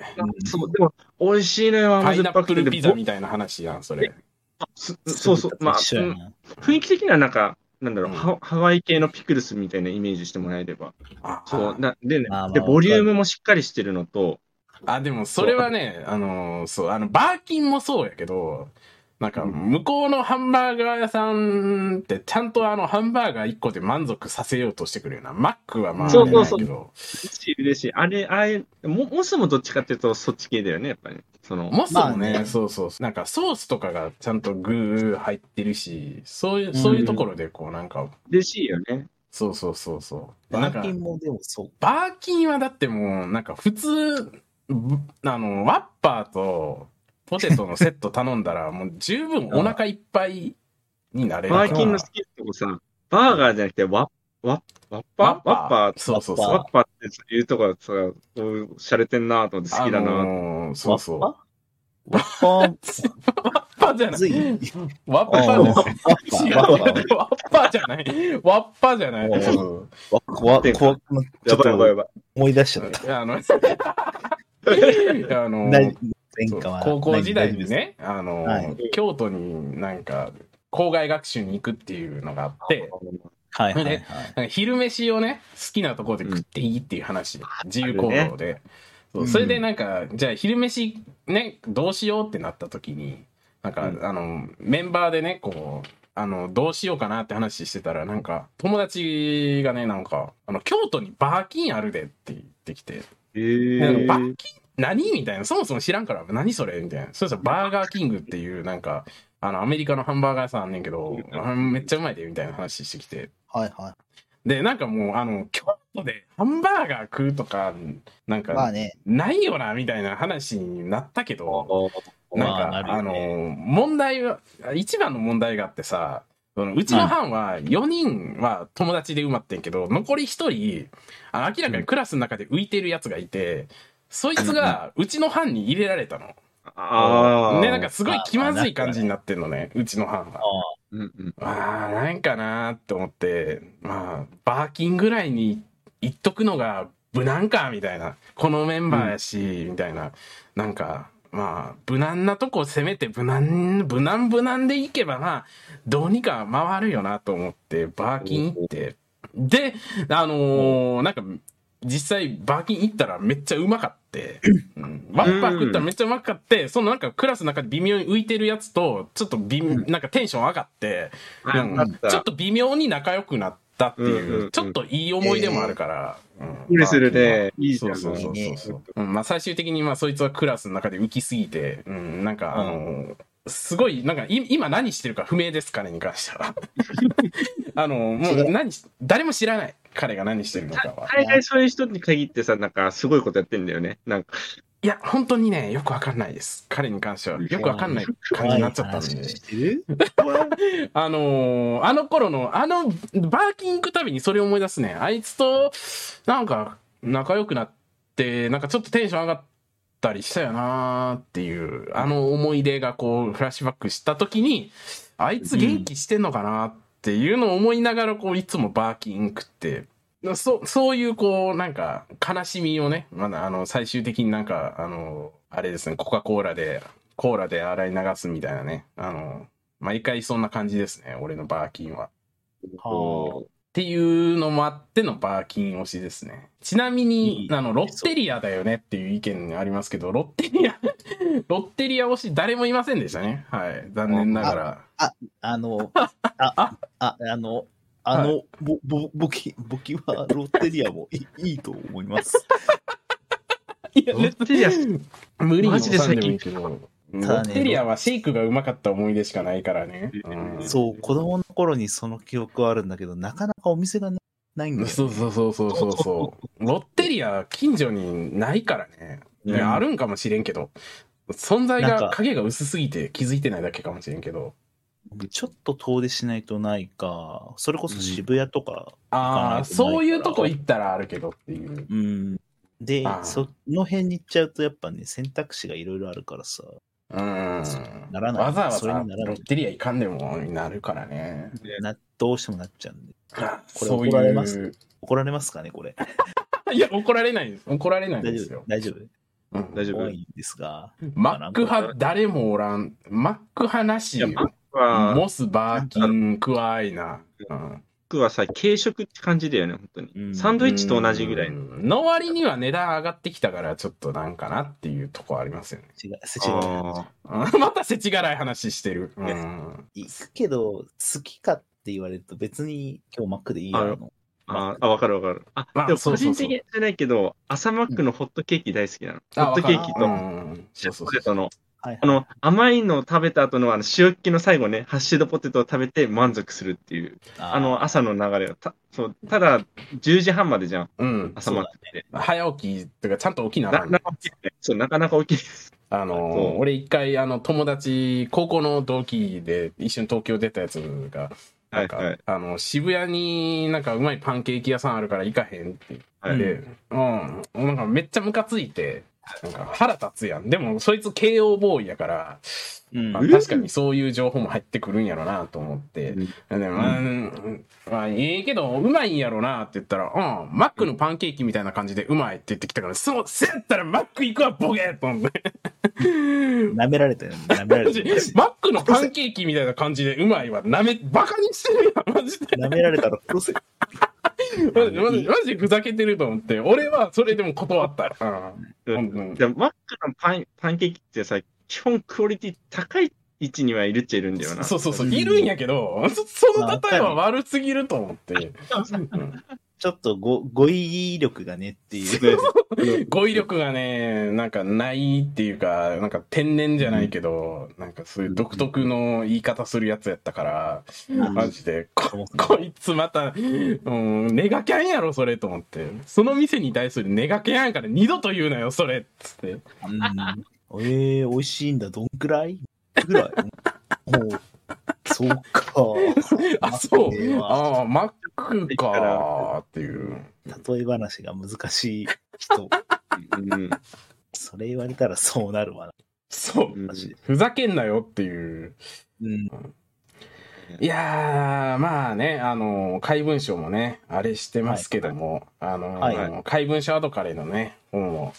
B: そう、でも、美味しいのよ、
A: パ
B: 甘
A: イ
B: 酸
A: ナ
B: っぱ
A: ッ
B: く
A: プ
B: て。
A: ルピザみ
B: ぼ
A: たいな話やんそれ
B: すそうそう、まあ、
C: 作ったと一緒や
B: 雰
C: な
B: 囲気的にはなんか、なんだろう、
A: うん
B: ハハワイ系のピクルスみたいなイメージしてもらえれば。
A: あ
B: そ
A: あ
B: う、なでね
C: まあまあ
B: で、ボリュームもしっかりしてるのと、
A: あでもそれはねあのーそうあのバーキンもそうやけどなんか
B: うん
A: 向こうのハンバーガー屋さんってちゃんとあのハンバーガー1個で満足させようとしてくるよなマックはまああれ
B: そ
A: ない
B: うそうそう
A: けど
B: 嬉しい、嬉しい。あれ、あれ、も、もしもどっちかっていうと、そっち系だよね、やっぱり。その、
A: モスも
C: まあ
A: ね
C: ね
A: そうそうそうなんかソースとかがちゃんとグー入ってるしそういうそういうところでこうなんか
B: 嬉しいよね。
A: そうそうそうそう
C: バー
A: なん
C: キ
A: か
C: ンもでもそう。
A: バーキンはだってもう、なんか普通、ぶあの、ワッパーとポテトのセット頼んだ ら、もう十分お腹いっぱいになれるから。
B: バーキンの好きなとこさ、バーガーじゃなくて、ワッ、ワッ、ワッパー
A: ワッパー
B: ワッパー
A: そうそう
B: ワ
A: そ
B: ッパーっていうとこさ、おしゃれてんなと思って
A: う。
B: 好きだな
A: あ
B: と
A: のーそうそう。ワ
C: ワッパワッ
A: ッパーじゃ
C: パ
A: な
C: ず
A: い。
C: い。
A: ワッパ
C: ワッ
A: ー
C: パ
A: じゃない。違う
C: ワッパ
A: ワッパーじゃない。ワッパーじゃない。
C: おう
A: そう
C: わ怖怖くなっち
B: や
C: ょっ
B: ばいやばいや
C: と
B: ばい。
C: 思い出しちゃった。
A: あの、い やあのー
C: 何
A: そう
C: 前科は
A: 高校時代に
C: 何大丈夫です
A: ね、あの、
C: はい
A: 京都になんか、校外学習に行くっていうのがあって、
C: はいはいは
A: な
C: い。
A: んか昼飯をね、好きなところで食っていいっていう話、自由行動で。そう
C: うん
A: それでなんか、じゃあ昼飯ね、どうしようってなった時に、なんか、
B: うん
A: あの、メンバーでね、こう、あの、どうしようかなって話してたら、なんか、友達がね、なんか、あの、京都にバーキンあるでって言ってきて、
B: え
A: なん
B: ー
A: かバーキン何みたいな、そもそも知らんから、何それみたいな。そしたらバーガーキングっていう、なんか、あの、アメリカのハンバーガー屋さんあんねんけど、あめっちゃうまいで、みたいな話してきて。
C: はいは
A: で、なんかもう、あの、京都でハンバーガー食うとか、なん
C: い。ま
A: か
C: あ、ね、
A: ないよな、みたいな話になったけど、
B: あ
A: なん
B: ー
A: か、
C: まあなる
A: あ
C: よ
A: の
C: ね
A: ー、問題は、一番の問題があってさ、そのうちの班は4人は友達で埋まってんけど、残り1人、あ明らかにクラスの中で浮いてるやつがいて、そいつがうちの班に入れられたの。
B: あー。
A: で、なんかすごい気まずい感じになってんのね、うちの班は。
B: うんうん、
A: あーなんかなーって思って、まあ、バーキンぐらいに言っとくのが無難か、みたいな。このメンバーやし、みたいな。なんか、まあ、無難なとこ攻めて、無難、無難無難でいけば、まあ、どうにか回るよなと思って、バーキン行って。で、あのーなんか、実際、バーキン行ったらめっちゃうまかって。うんワッパー食ったらめっちゃうまかって、そのなんかクラスの中で微妙に浮いてるやつと、ちょっと微妙、なんかテンション上がって、
B: あ
A: うん
B: なった
A: ちょっと微妙に仲良くなったっていう、
B: うんうんうん
A: ちょっといい思い出もあるから。うん
B: 無理するで、いいじ
A: そ
B: ゃ。
A: うんそうそう
C: いい
A: そう
C: ね
A: そう、うんまあ、最終的にまあそいつはクラスの中で浮きすぎて、うん、なんかあのすごいなんかい今何してるか不明です彼に関して はあのもう何し誰も知らない彼が何してるのかは
B: 大体そういう人に限ってさ、なんかすごいことやってんだよね。なんか、
A: いや本当にねよくわかんないです彼に関してはよくわかんない感じになっちゃったん
C: 怖い話
A: で
C: してる
A: あのーあの頃の、あの、バーキン行くたびにそれ思い出すね。あいつと、なんか、仲良くなって、なんかちょっとテンション上がったりしたよなーっていう、あの思い出がこう、フラッシュバックした時に、あいつ元気してんのかなっていうのを思いながら、こう、いつもバーキン食って、そそういうこうなんか悲しみをね、まだあの最終的になんかあのあれですねコカ・コーラでコーラで洗い流すみたいなねあの毎回そんな感じですね俺のバーキンは。
C: は
A: っていうのもあってのバーキン推しですね。ちなみに、
C: うん
A: あの、ロッテリアだよねっていう意見がありますけど、ロッテリア、 ロッテリア推し誰もいませんでしたね。はい。残念ながら。
C: あの、あ、あ、あの、あの、ぼ、ぼ、ぼき、ぼきはロッテリアもいいいいと思います。
A: いや
B: ロッテリア好き
A: 無理に
B: マジで
A: 挟ん
B: 最
A: でもいい
B: 近
A: けど。ロ
C: ただ
A: ッ
C: ね
A: テリアはシェイクがうまかった思い出しかないからね。ん
C: そう、子供の頃にその記憶はあるんだけど、なかなかお店がなないんだよ ね。
A: そうそうそうそうそうそう。ロッテリア近所にないからね。いや
C: うん
A: あるんかもしれんけど、存在
C: なん
A: が
C: か
A: 影が薄すぎて気づいてないだけかもしれんけど。
C: ちょっと遠出しないとないか、それこそ渋谷とか、
A: ああ、
C: ない
A: そういうとこ行ったらあるけどっていう。
C: うん。で
A: あー、
C: その辺に行っちゃうと、やっぱね、選択肢がいろいろあるからさ、
A: うん。
C: ならない。
A: わざわ
C: そ
A: ざ
C: れ
A: ロ
C: にならない
A: ッ。テリア行かんでもなるからね。
C: などうしてもなっちゃうんで。これ
A: そう
C: 怒られま
A: いう
C: す。怒られますかね、こ れ。
A: いや、怒られないです。怒られない
C: 大
A: です
C: 丈
A: よ
C: 夫。。大丈夫。
A: うん
B: 大丈夫
C: 怖。いんですが。
A: マック派誰もおらん。マック派なし
B: い
A: よ
B: や、マックは、マッ
A: モス、バーキン、クワイナ。うん
B: クはさ、軽食って感じだよね、本当
C: うん
B: に。サンドイッチと同じぐらいの。
A: うんの割には値段上がってきたから、ちょっとなんかなっていうとこありますよね。
C: 違う。世知辛い
B: ああ。
A: うんまた世知辛い話してる。うん
C: 行くけど、好きかって言われると別に今日マックでいいやろの。
B: あーあ、わかるわかる。あ
A: まあ、
B: でも
A: そ
B: 個
A: うそうそう
B: 人的じゃないけど、朝マックのホットケーキ大好きなの。
A: あ
B: ホットケーキ
A: わかるう
B: と、
A: んうん
B: シ
A: そ
B: ャ
A: うそ
B: ッ
A: う
B: ポテトの、
C: はい
B: あの、甘いのを食べた後のあの塩っ気の最後ね、ハッシュドポテトを食べて満足するっていう、
C: あ
B: あの、
C: ー、
B: 朝の流れがた、そう、ただ、10時半までじゃん、
A: うん。
B: 朝マックって。
A: 早起きとかちゃんと起きな
B: な
A: ら
B: か
A: ん
B: なか起きない。そう、なかなか起きない。
A: あの
B: そう
A: 俺一回あの友達高校の同期で一緒に東京出たやつがなんか、
B: はいはい
A: あの渋谷になんかうまいパンケーキ屋さんあるから行かへんって言
B: は
A: っ
B: い。
A: て、うんなんかめっちゃムカついてなんか腹立つやんでもそいつ KO ボーイやから、
C: うん
A: まあ、確かにそういう情報も入ってくるんやろなと思って、
B: うん
A: でも、うんまあ、ええけど、うまいんやろなって言ったら、うん、マックのパンケーキみたいな感じでうまいって言ってきたから、そう、せやったらマック行くわ、ボケーと思って。
C: 舐められたよ。舐められたよ。マジで
A: マックのパンケーキみたいな感じでうまいわ、なめ、バカにしてるやん、マジで。
C: 舐められたら殺せ。
A: マジでマジでマジでふざけてると思って、俺はそれでも断った。うん、
B: う
A: 本
B: ん
A: 当に
B: でも、マックのパンパンケーキってさ、基本クオリティ高い位置にはいるっちゃいるんだよな。
A: そうそうそう、
C: うん
A: いるんやけど、そその例えは悪すぎると思って、うん
C: ちょっとご語彙力がねっていう。
B: ね
A: 語彙力がね、なんかないっていうか、なんか天然じゃないけど、なんかそういう独特の言い方するやつやったから、
C: うん
A: マジで、
C: そう
A: こ、こいつまた、うん、ネガキャンやろ、それと思って。その店に対するネガキャンやから二度と言うなよ、それっつって。
C: うん、えー、美味しいんだ。どんくらいぐらい もう、そうか。
A: あ、そう
C: 待って。は
A: ああ、マックかーっていう。
C: 例え話が難しい人。
B: うん
C: それ言われたらそうなるわな。
A: そうう。
B: ん
C: マジで。
A: ふざけんなよっていう。
C: うん。
A: いやー、まあね、あの、怪文書もね、あれしてますけども、あの、
C: はい
A: 怪文書アドカレのね、本を、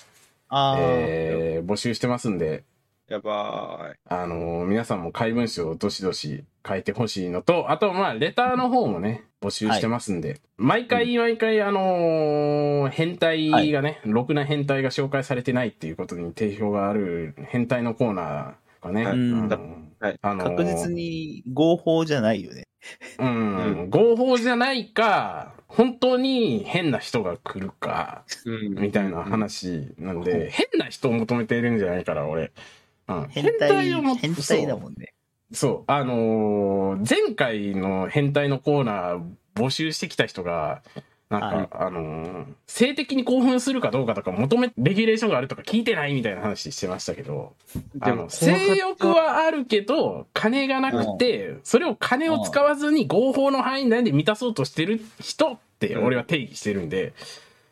C: ああ、
A: えー募集してますんで、
B: やば
A: あの、皆さんも怪文書をどしどし書いてほしいのと、あと、まあ、レターの方もね、募集してますんで、毎回毎回、あのー変態がね、ろくな変態が紹介されてないっていうことに定評がある変態のコーナーがね、
B: はい
A: うん
B: はい
A: あのー
C: 確実に合法じゃないよね。
A: うん、合法じゃないか、本当に変な人が来るか、
B: い。うん
A: みたいな。話なんで、
C: うん
A: 変な人を求めているんじゃないから、俺。うん、
C: 変態、
A: も
C: 変態だ
A: ん。
C: もんね。
A: そうそう。あのー前回の変態のコーナー募集してきた人が、なんか、
C: はい
A: あのー性的に興奮するかどうかとか求め、レギュレーションがあるとか聞いてないみたいな話してましたけど、あ
B: で
A: の
B: も、
A: 性欲はあるけど、金がなくて、それを金を使わずに合法の範囲内で満たそうとしてる人って、
B: うん
A: 俺は定義してるんで、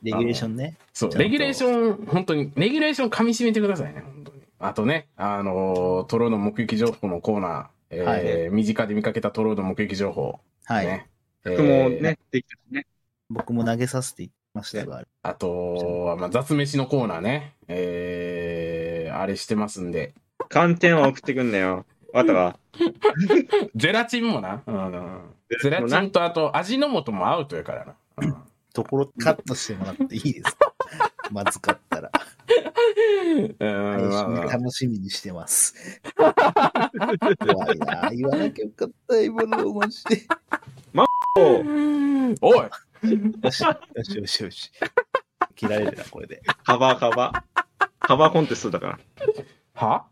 C: レギュレーションね。
A: そう、
C: ちゃんと
A: レギュレーション、本当に、レギュレーション噛み締めてくださいね、本当に。あとね、あのートロの目撃情報のコーナー、えー
C: は
A: 身近で見かけたトロの目撃情報、
C: はい。
A: ね。
B: 僕も
A: えー
B: ね、できたしね。
C: 僕も投げさせていましたが、
A: あとは、まあ、雑飯のコーナーね。えーあれしてますんで。
B: 寒天は送ってくんなよ。わたは。
A: ゼラチンもな。うん、ゼラチンとあと、味の素もアウトやからな。うん
C: ところカットしてもらっていいです かまずかったら。
A: うんまあまあ
C: 楽しみにしてます。怖いな。言わなきゃよかった、今のマジで。
B: お
A: おい
C: よし、よし、よし、よし。切られるな、これで。
B: カバーカバー。カバーコンテストだから。
A: は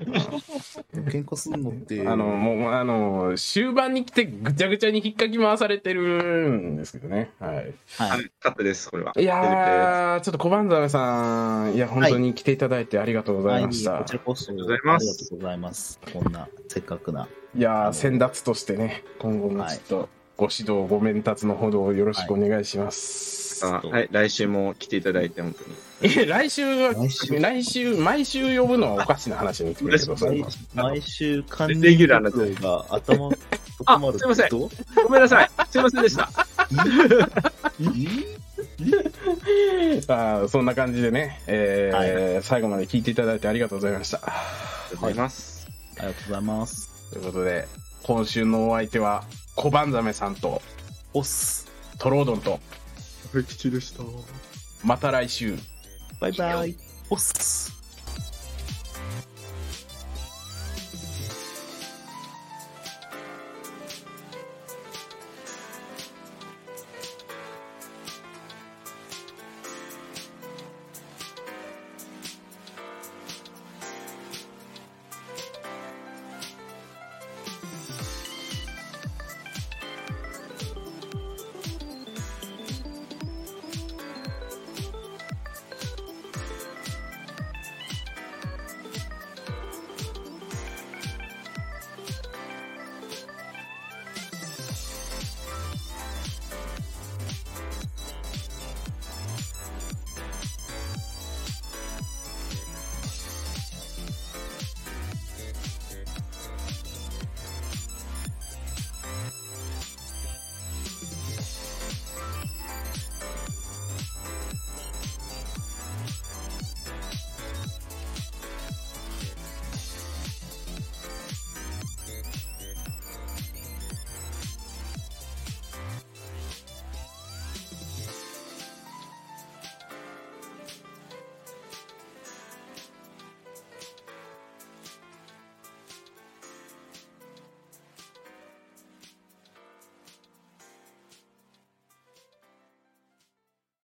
C: 喧嘩すんのって。
A: あの、もう、あの、終盤に来てぐちゃぐちゃに引っかき回されてるんですけどね。はい。
C: はい。
B: カットです、これは。
A: いやー、ちょっと小判沢さん、いや、本当に来ていただいてありがとうございました。
C: はい
A: い
C: こ、ちらこそ、あ
B: り
C: り
B: が
C: が
B: と
C: と
B: うございます
C: うございます。こんな、せっかくな。
A: やー、先達としてね、今後もちょっとご指導ご鞭達のほどをよろしくお願いします。
B: あはい、来週も来ていただいて、本当に。
A: え、来週は、
C: 毎
A: 来
C: 週
A: 週、毎週呼ぶのはおかしな話になってくるけど、それ
C: 毎
A: は。
C: 毎週、関
B: レギュラーな
C: が頭と困る
B: あすいません
C: ど
B: ごめんなさい。すいませんでした。
A: あーそんな感じでね、えー最後まで聞いていただいてありがとうございました。
B: ありがとうございます。
C: ありがとうございます。
A: ということで、今週のお相手は、小判ザメさんと、
C: おっす。
A: トロードンと、
B: はい、吉でした。
A: また来週。
C: バイバイ。おっす。